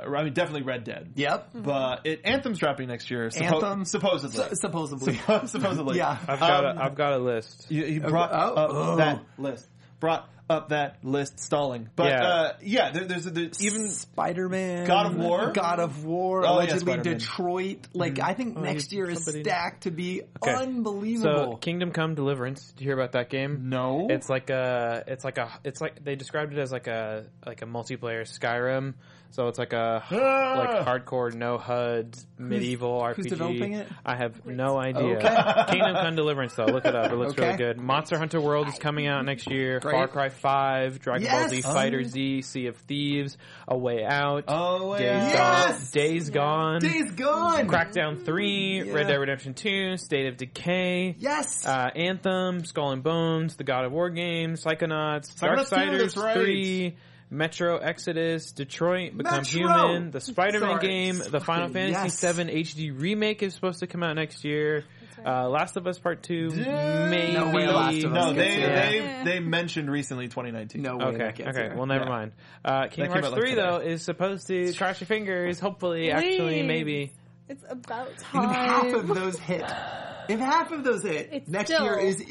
S1: uh, I mean, definitely Red Dead.
S3: Yep.
S4: Hmm.
S1: But it, Anthem's dropping next year. Suppo-
S3: Anthem?
S1: supposedly.
S3: S- supposedly.
S1: [laughs]
S3: [laughs]
S1: supposedly.
S3: Yeah.
S4: I've got
S1: Um,
S4: a, I've got a list.
S1: You, you brought
S3: oh,
S1: up
S3: oh.
S1: that list. Brought up that list stalling. But yeah,
S4: Yeah.
S1: uh, yeah there, there's, there's even
S3: Spider Man,
S1: God of War?
S3: God of War,
S1: Oh, yeah,
S3: allegedly
S1: Spider-Man.
S3: Detroit. Like I think next year is
S4: Hmm. Oh, somebody-
S3: stacked to be
S4: Okay. So
S3: unbelievable.
S4: Kingdom Come Deliverance. Did you hear about that
S1: Mm-hmm.
S4: game?
S1: no.
S4: It's like a, it's like a, it's like they described it as like a, like a multiplayer Skyrim. So it's like a, like hardcore no HUD medieval RPG.
S3: Ah! who's developing it?
S4: I have no idea.
S3: Okay.
S4: [laughs] Kingdom Come Deliverance though, look it up. It looks
S3: Okay.
S4: really good. Monster Hunter World is coming out next year. Far Cry Five, Dragon Ball
S3: Yes! Um.
S4: Z Fighter Z, Sea of Thieves, A Way Out,
S1: Oh, yeah.
S4: Days
S3: Yes!
S4: Gone, Days Gone,
S3: Days gone.
S4: Crackdown Three,
S3: Yeah.
S4: Red Dead Redemption Two, State of Decay,
S3: Yes.
S4: uh, Anthem, Skull and Bones, the God of War game, Psychonauts,
S1: Psychonauts 2, that's
S4: Darksiders
S1: right.
S4: 3, Metro Exodus, Detroit, Become
S3: Metro!
S4: Human, the Spider-Man
S3: Sorry.
S4: game, the Final
S3: Fucking
S4: Fantasy
S3: yes.
S4: VII HD remake is supposed to come out next year. Uh, Last of Us Part 2,
S1: Yeah.
S4: maybe.
S3: No way Last of Us
S1: no, they,
S3: gets here.
S1: they they mentioned recently 2019.
S3: no way.
S4: Okay.
S3: that gets
S4: Okay.
S3: there.
S4: Well, never
S3: Yeah.
S4: mind. Uh, Kingdom
S1: came
S4: Hearts
S1: out, like,
S4: 3 though is supposed to cross your fingers. Hopefully, actually,
S5: Please.
S4: maybe.
S5: It's about
S3: If half
S5: time.
S3: of those hit, if half of those hit,
S5: It's
S3: next
S5: still-
S3: year is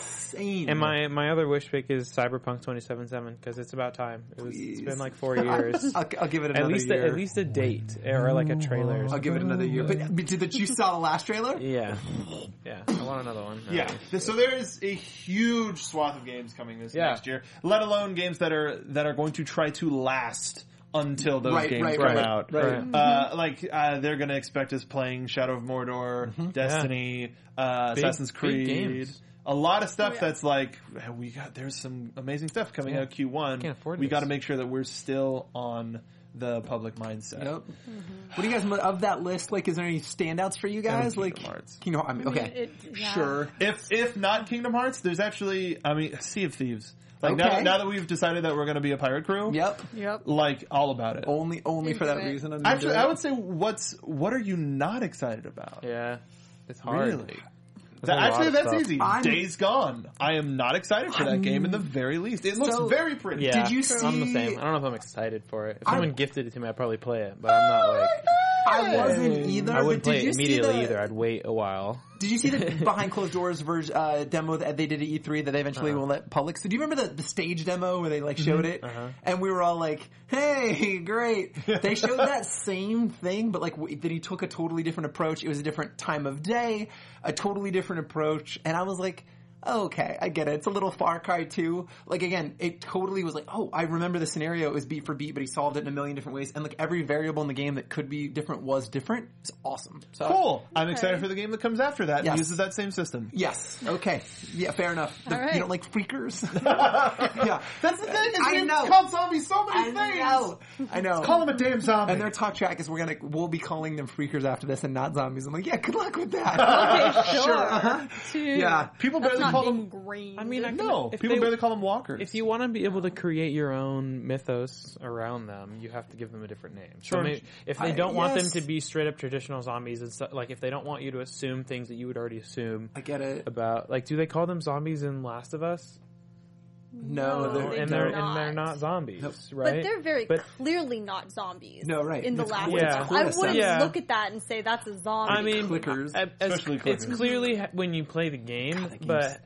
S3: insane.
S4: And my my other wish pick is Cyberpunk 2077 because it's about time. It was, it's
S3: Please.
S4: been like
S3: [laughs]
S4: four years.
S3: [laughs] I'll, I'll give it another
S4: at least
S3: year.
S4: A, at least a date or like a trailer. Or
S3: I'll
S4: something.
S3: give it another year. But, but did you saw the last trailer?
S4: Yeah, yeah. I want another one.
S1: Yeah. So there is a huge swath of games coming this
S4: Yeah.
S1: next year. Let alone games that are that are going to try to last until those
S3: Right,
S1: games
S3: right,
S1: come
S3: right,
S1: out.
S3: right. Mm-hmm.
S1: Uh, like uh, they're going to expect us playing Shadow of Mordor, Destiny, uh,
S4: Mm-hmm. Big-
S1: Assassin's
S4: big
S1: Creed.
S4: games.
S1: A lot of
S3: Oh,
S1: stuff that's like "Man, we got. There's some amazing stuff coming out Q one.
S4: Can't afford
S1: we
S4: this.
S1: got to make sure that we're still on the public mindset.
S3: Yep.
S5: Mm-hmm.
S3: What do you guys of that list? Like, is there any standouts for you guys?
S1: Kingdom
S3: like,
S1: Hearts.
S3: Kingdom Hearts. I mean, okay,
S5: It- yeah.
S3: sure.
S1: If if not Kingdom Hearts, there's actually I mean Sea of Thieves. Like now,
S3: Okay.
S1: now that we've decided that we're going to be a pirate crew,
S3: Yep. Oh,
S5: Yep.
S1: like all about it.
S3: Only, only for that
S5: Into Mm-hmm. it.
S3: reason. I'm
S1: Actually,
S3: into it.
S1: I would say what's what are you not excited about?
S4: yeah. It's hard.
S1: Really?
S4: There's a lot
S1: actually,
S4: of
S1: that's
S4: stuff.
S1: easy.
S3: I'm-
S1: Days Gone. I am not excited for that game in the very least. It looks
S3: So-
S1: very pretty.
S4: Yeah,
S3: Did you
S4: I'm the
S3: see-
S4: same. I don't know if I'm excited for it. If
S3: I-
S4: someone gifted it to me, I'd probably play it, but I'm not like
S3: I wasn't either.
S4: I wouldn't
S3: but did
S4: play
S3: you
S4: it
S3: see
S4: immediately
S3: the-
S4: either. I'd wait a while.
S3: Did you see the behind closed doors version uh, demo that they did at E3 that they eventually won't let public? So do you remember the, the stage demo where they like showed it, and we were all like, "Hey, [laughs] great!" They showed that same thing, but like w- that he took a totally different approach. It was a different time of day, a totally different approach, and I was like. Okay, I get it. It's a little Far Cry 2. Like again, it totally was like, oh, I remember the scenario. It was beat for beat, but he solved it in a million different ways. And like every variable in the game that could be different was different. It's awesome. So,
S1: Cool. I'm excited for the game that comes after that
S3: Yes.
S1: and uses that same system. [laughs]
S3: Yes. Okay. Yeah. Fair enough. The-
S5: All right.
S3: You don't like freakers. yeah.
S1: That's the thing. This
S3: I
S1: game's
S3: know.
S1: called zombies so many
S3: I
S1: things.
S3: know. I know.
S1: Call them a damn zombie.
S3: and their talk track is we're gonna we'll be calling them freakers after this and not zombies. I'm like, yeah, good luck with that. [laughs]
S5: Okay, sure.
S3: uh-huh.
S5: Dude,
S3: Yeah.
S1: people
S5: That's
S1: barely
S5: not
S1: call them.
S5: ingrained.
S4: I mean, I
S1: No,
S4: if
S1: people
S4: they-
S1: barely call them walkers.
S4: If you want to be able to create your own mythos around them, you have to give them a different name. So
S1: Sure.
S4: may- if they
S3: I-
S4: don't want
S3: yes.
S4: them to be straight up traditional zombies and stuff, like if they don't want you to assume
S1: Uh,
S4: things that you would already assume
S3: I get it.
S4: about, like, do they call them zombies in Last of Us?
S5: No,
S3: No, they're,
S5: they
S4: and
S5: do
S4: they're
S5: not.
S4: and they're not zombies, right?
S5: But they're very
S4: But-
S5: clearly not zombies.
S3: No, right.
S5: In the
S3: It's
S5: last
S3: clear-
S4: it's
S5: one.
S4: clear
S5: I
S3: as
S5: wouldn't
S4: hell. Yeah.
S5: look at that and say that's a zombie.
S4: I mean,
S3: clickers.
S4: I- as-
S1: Especially
S4: it's
S1: clickers.
S4: clearly ha- when you play the game, but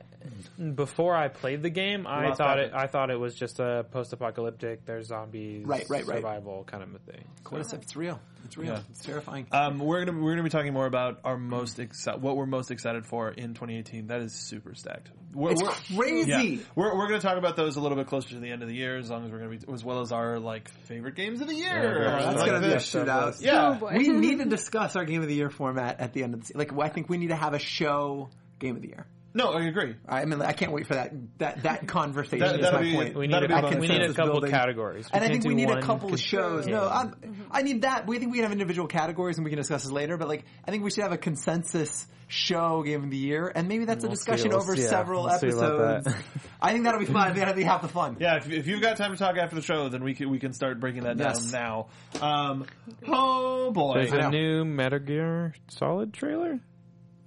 S4: before I played the game, I
S1: Lost
S4: thought it.
S1: Prophets.
S4: I thought it was just a post-apocalyptic. There's zombies,
S3: Right, right, right.
S4: survival kind of a thing.
S3: cordyceps. It's real. It's real.
S1: Yeah.
S3: It's terrifying.
S1: Um, we're gonna we're gonna be talking more about our most exci- what we're most excited for in 2018. That is super stacked. We're,
S3: it's
S1: we're-
S3: crazy.
S1: yeah. we're we're gonna talk about those a little bit closer to the end of the year, as long as we're gonna be as well as our like favorite games of the year.
S4: Yeah,
S3: That's
S1: Like
S3: gonna be a
S1: this.
S3: shootout.
S1: yeah.
S5: boy.
S3: we need to discuss our game of the year format at the end of the like. I think we need to have a show game of the year.
S1: No, I agree.
S3: I mean, I can't wait for that
S1: [laughs]
S3: that that conversation.
S1: That-
S3: is
S1: that'll
S3: my
S1: be-
S3: point.
S4: We
S1: That'd be
S4: need, a,
S1: about
S4: we need a
S3: consensus
S4: couple
S3: building.
S4: categories.
S3: and I think
S4: can't
S3: we
S4: do
S3: need a
S4: one
S3: couple of shows. No,
S4: game.
S3: I'm, I need that. We think we can have individual categories and we can discuss this later. But like, I think we should have a consensus show game of the year, and maybe that's a
S4: We'll see,
S3: discussion
S4: we'll
S3: over
S4: see, yeah.
S3: several
S4: We'll see about
S3: episodes.
S4: [laughs] that.
S3: I think that'll be fun. I think that'll be half the fun.
S1: Yeah, if, if you've got time to talk after the show, then we can we can start breaking that down
S3: Yes.
S1: now. Um, oh boy,
S4: There's
S3: know.
S4: a new Metal Gear Solid trailer.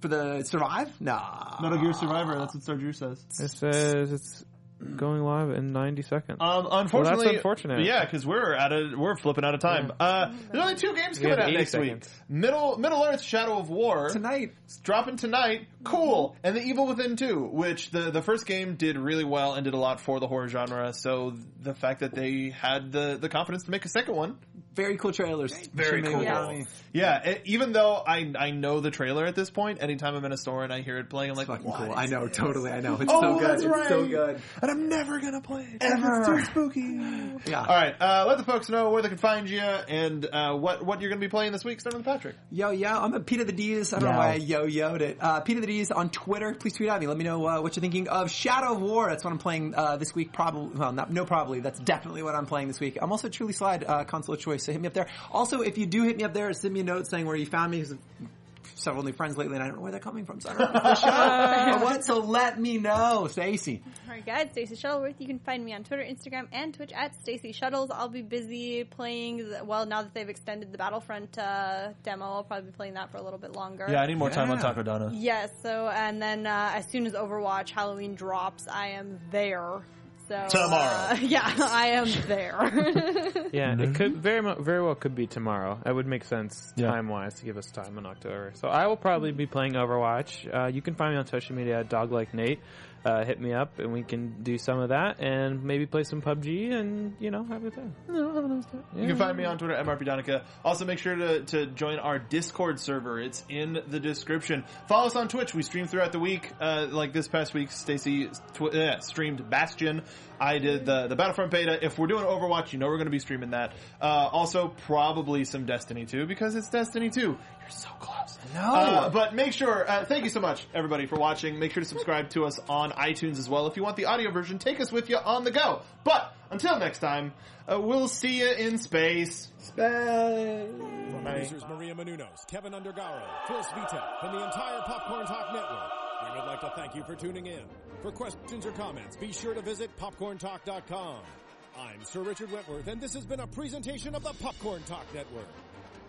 S3: For the survive, nah.
S1: Metal Gear Survivor. That's what Sergio says.
S4: It says it's going live in 90 seconds.
S1: Um, unfortunately,
S4: unfortunate.
S1: Yeah, because we're out of we're flipping out of time. Uh, there's only two games coming
S4: have
S1: out
S4: 80
S1: next
S4: seconds.
S1: week. Middle Middle Earth: Shadow of War
S3: tonight.
S1: It's dropping tonight. Cool, and The Evil Within Two, which the the first game did really well and did a lot for the horror genre. So the fact that they had the the confidence to make a second one,
S3: Very cool trailers.
S1: Very
S3: Should
S1: cool.
S3: maybe-
S5: Yes.
S1: yeah. e- even though I I know the trailer at this point, anytime I'm in a store and I hear it playing, I'm like,
S3: Fucking
S1: what?
S3: cool. I know, totally. I know. It's
S1: Oh,
S3: so good.
S1: that's
S3: it's so
S1: right.
S3: good.
S1: And I'm never gonna play it
S3: Ever.
S1: It's too spooky.
S3: Yeah.
S1: All right, uh, let the folks know where they can find you and uh, what what you're going to be playing this week. Starting with Patrick.
S3: Yo, yo, I'm at Peter the D's. I don't know why I yo-yoed it. Uh, Peter the D's on Twitter. Please tweet at me. Let me know uh, what you're thinking of Shadow of War. That's what I'm playing uh, this week. Probably, well, not, no, probably. That's definitely what I'm playing this week. I'm also Truly Slide uh, console of choice. So hit me up there. Also, if you do hit me up there, send me a note saying where you found me. 'cause I've- Several new friends lately, and I don't know where they're coming from. So I don't know if it's the show or what. So let me know, Stacy.
S5: All right, guys, Stacey Shuttleworth. You can find me on Twitter, Instagram, and Twitch at Stacey Shuttles. I'll be busy playing. The, well, now that they've extended the Battlefront uh, demo, I'll probably be playing that for a little bit longer.
S1: need more
S3: time on Taco
S1: Donna.
S5: Yes. so, and then uh, as soon as Overwatch Halloween drops, I am there. So
S1: Tomorrow.
S5: uh, [laughs] yeah, I am there. [laughs]
S4: Yeah, it could very mu very well could be tomorrow. That would make sense
S1: Yeah.
S4: time wise to give us time in October. So I will probably be playing Overwatch. Uh, you can find me on social media at Doglike Nate. Uh, hit me up and we can do some of that and maybe play some PUBG and you know have a good time.
S1: You can find me on Twitter at MRP Donica. Also, make sure to, to join our Discord server. It's in the description. Follow us on Twitch. We stream throughout the week. Uh, like this past week, Stacy tw- uh, streamed Bastion. I did the, the Battlefront beta. If we're doing Overwatch, you know we're going to be streaming that. Uh, also, probably some Destiny 2 because it's Destiny 2. You're so close. No. Uh, but make sure, uh, thank you so much, everybody, for watching. Make sure to subscribe to us on iTunes as well. If you want the audio version, take us with you on the go. But until next time, uh, we'll see you in space.
S2: From producers Maria Menunos, Kevin Undergaro, Phil Svitek, and the entire Popcorn Talk Network, we would like to thank you for tuning in. For questions or comments, be sure to visit popcorntalk.com. I'm Sir Richard Wentworth, and this has been a presentation of the Popcorn Talk Network.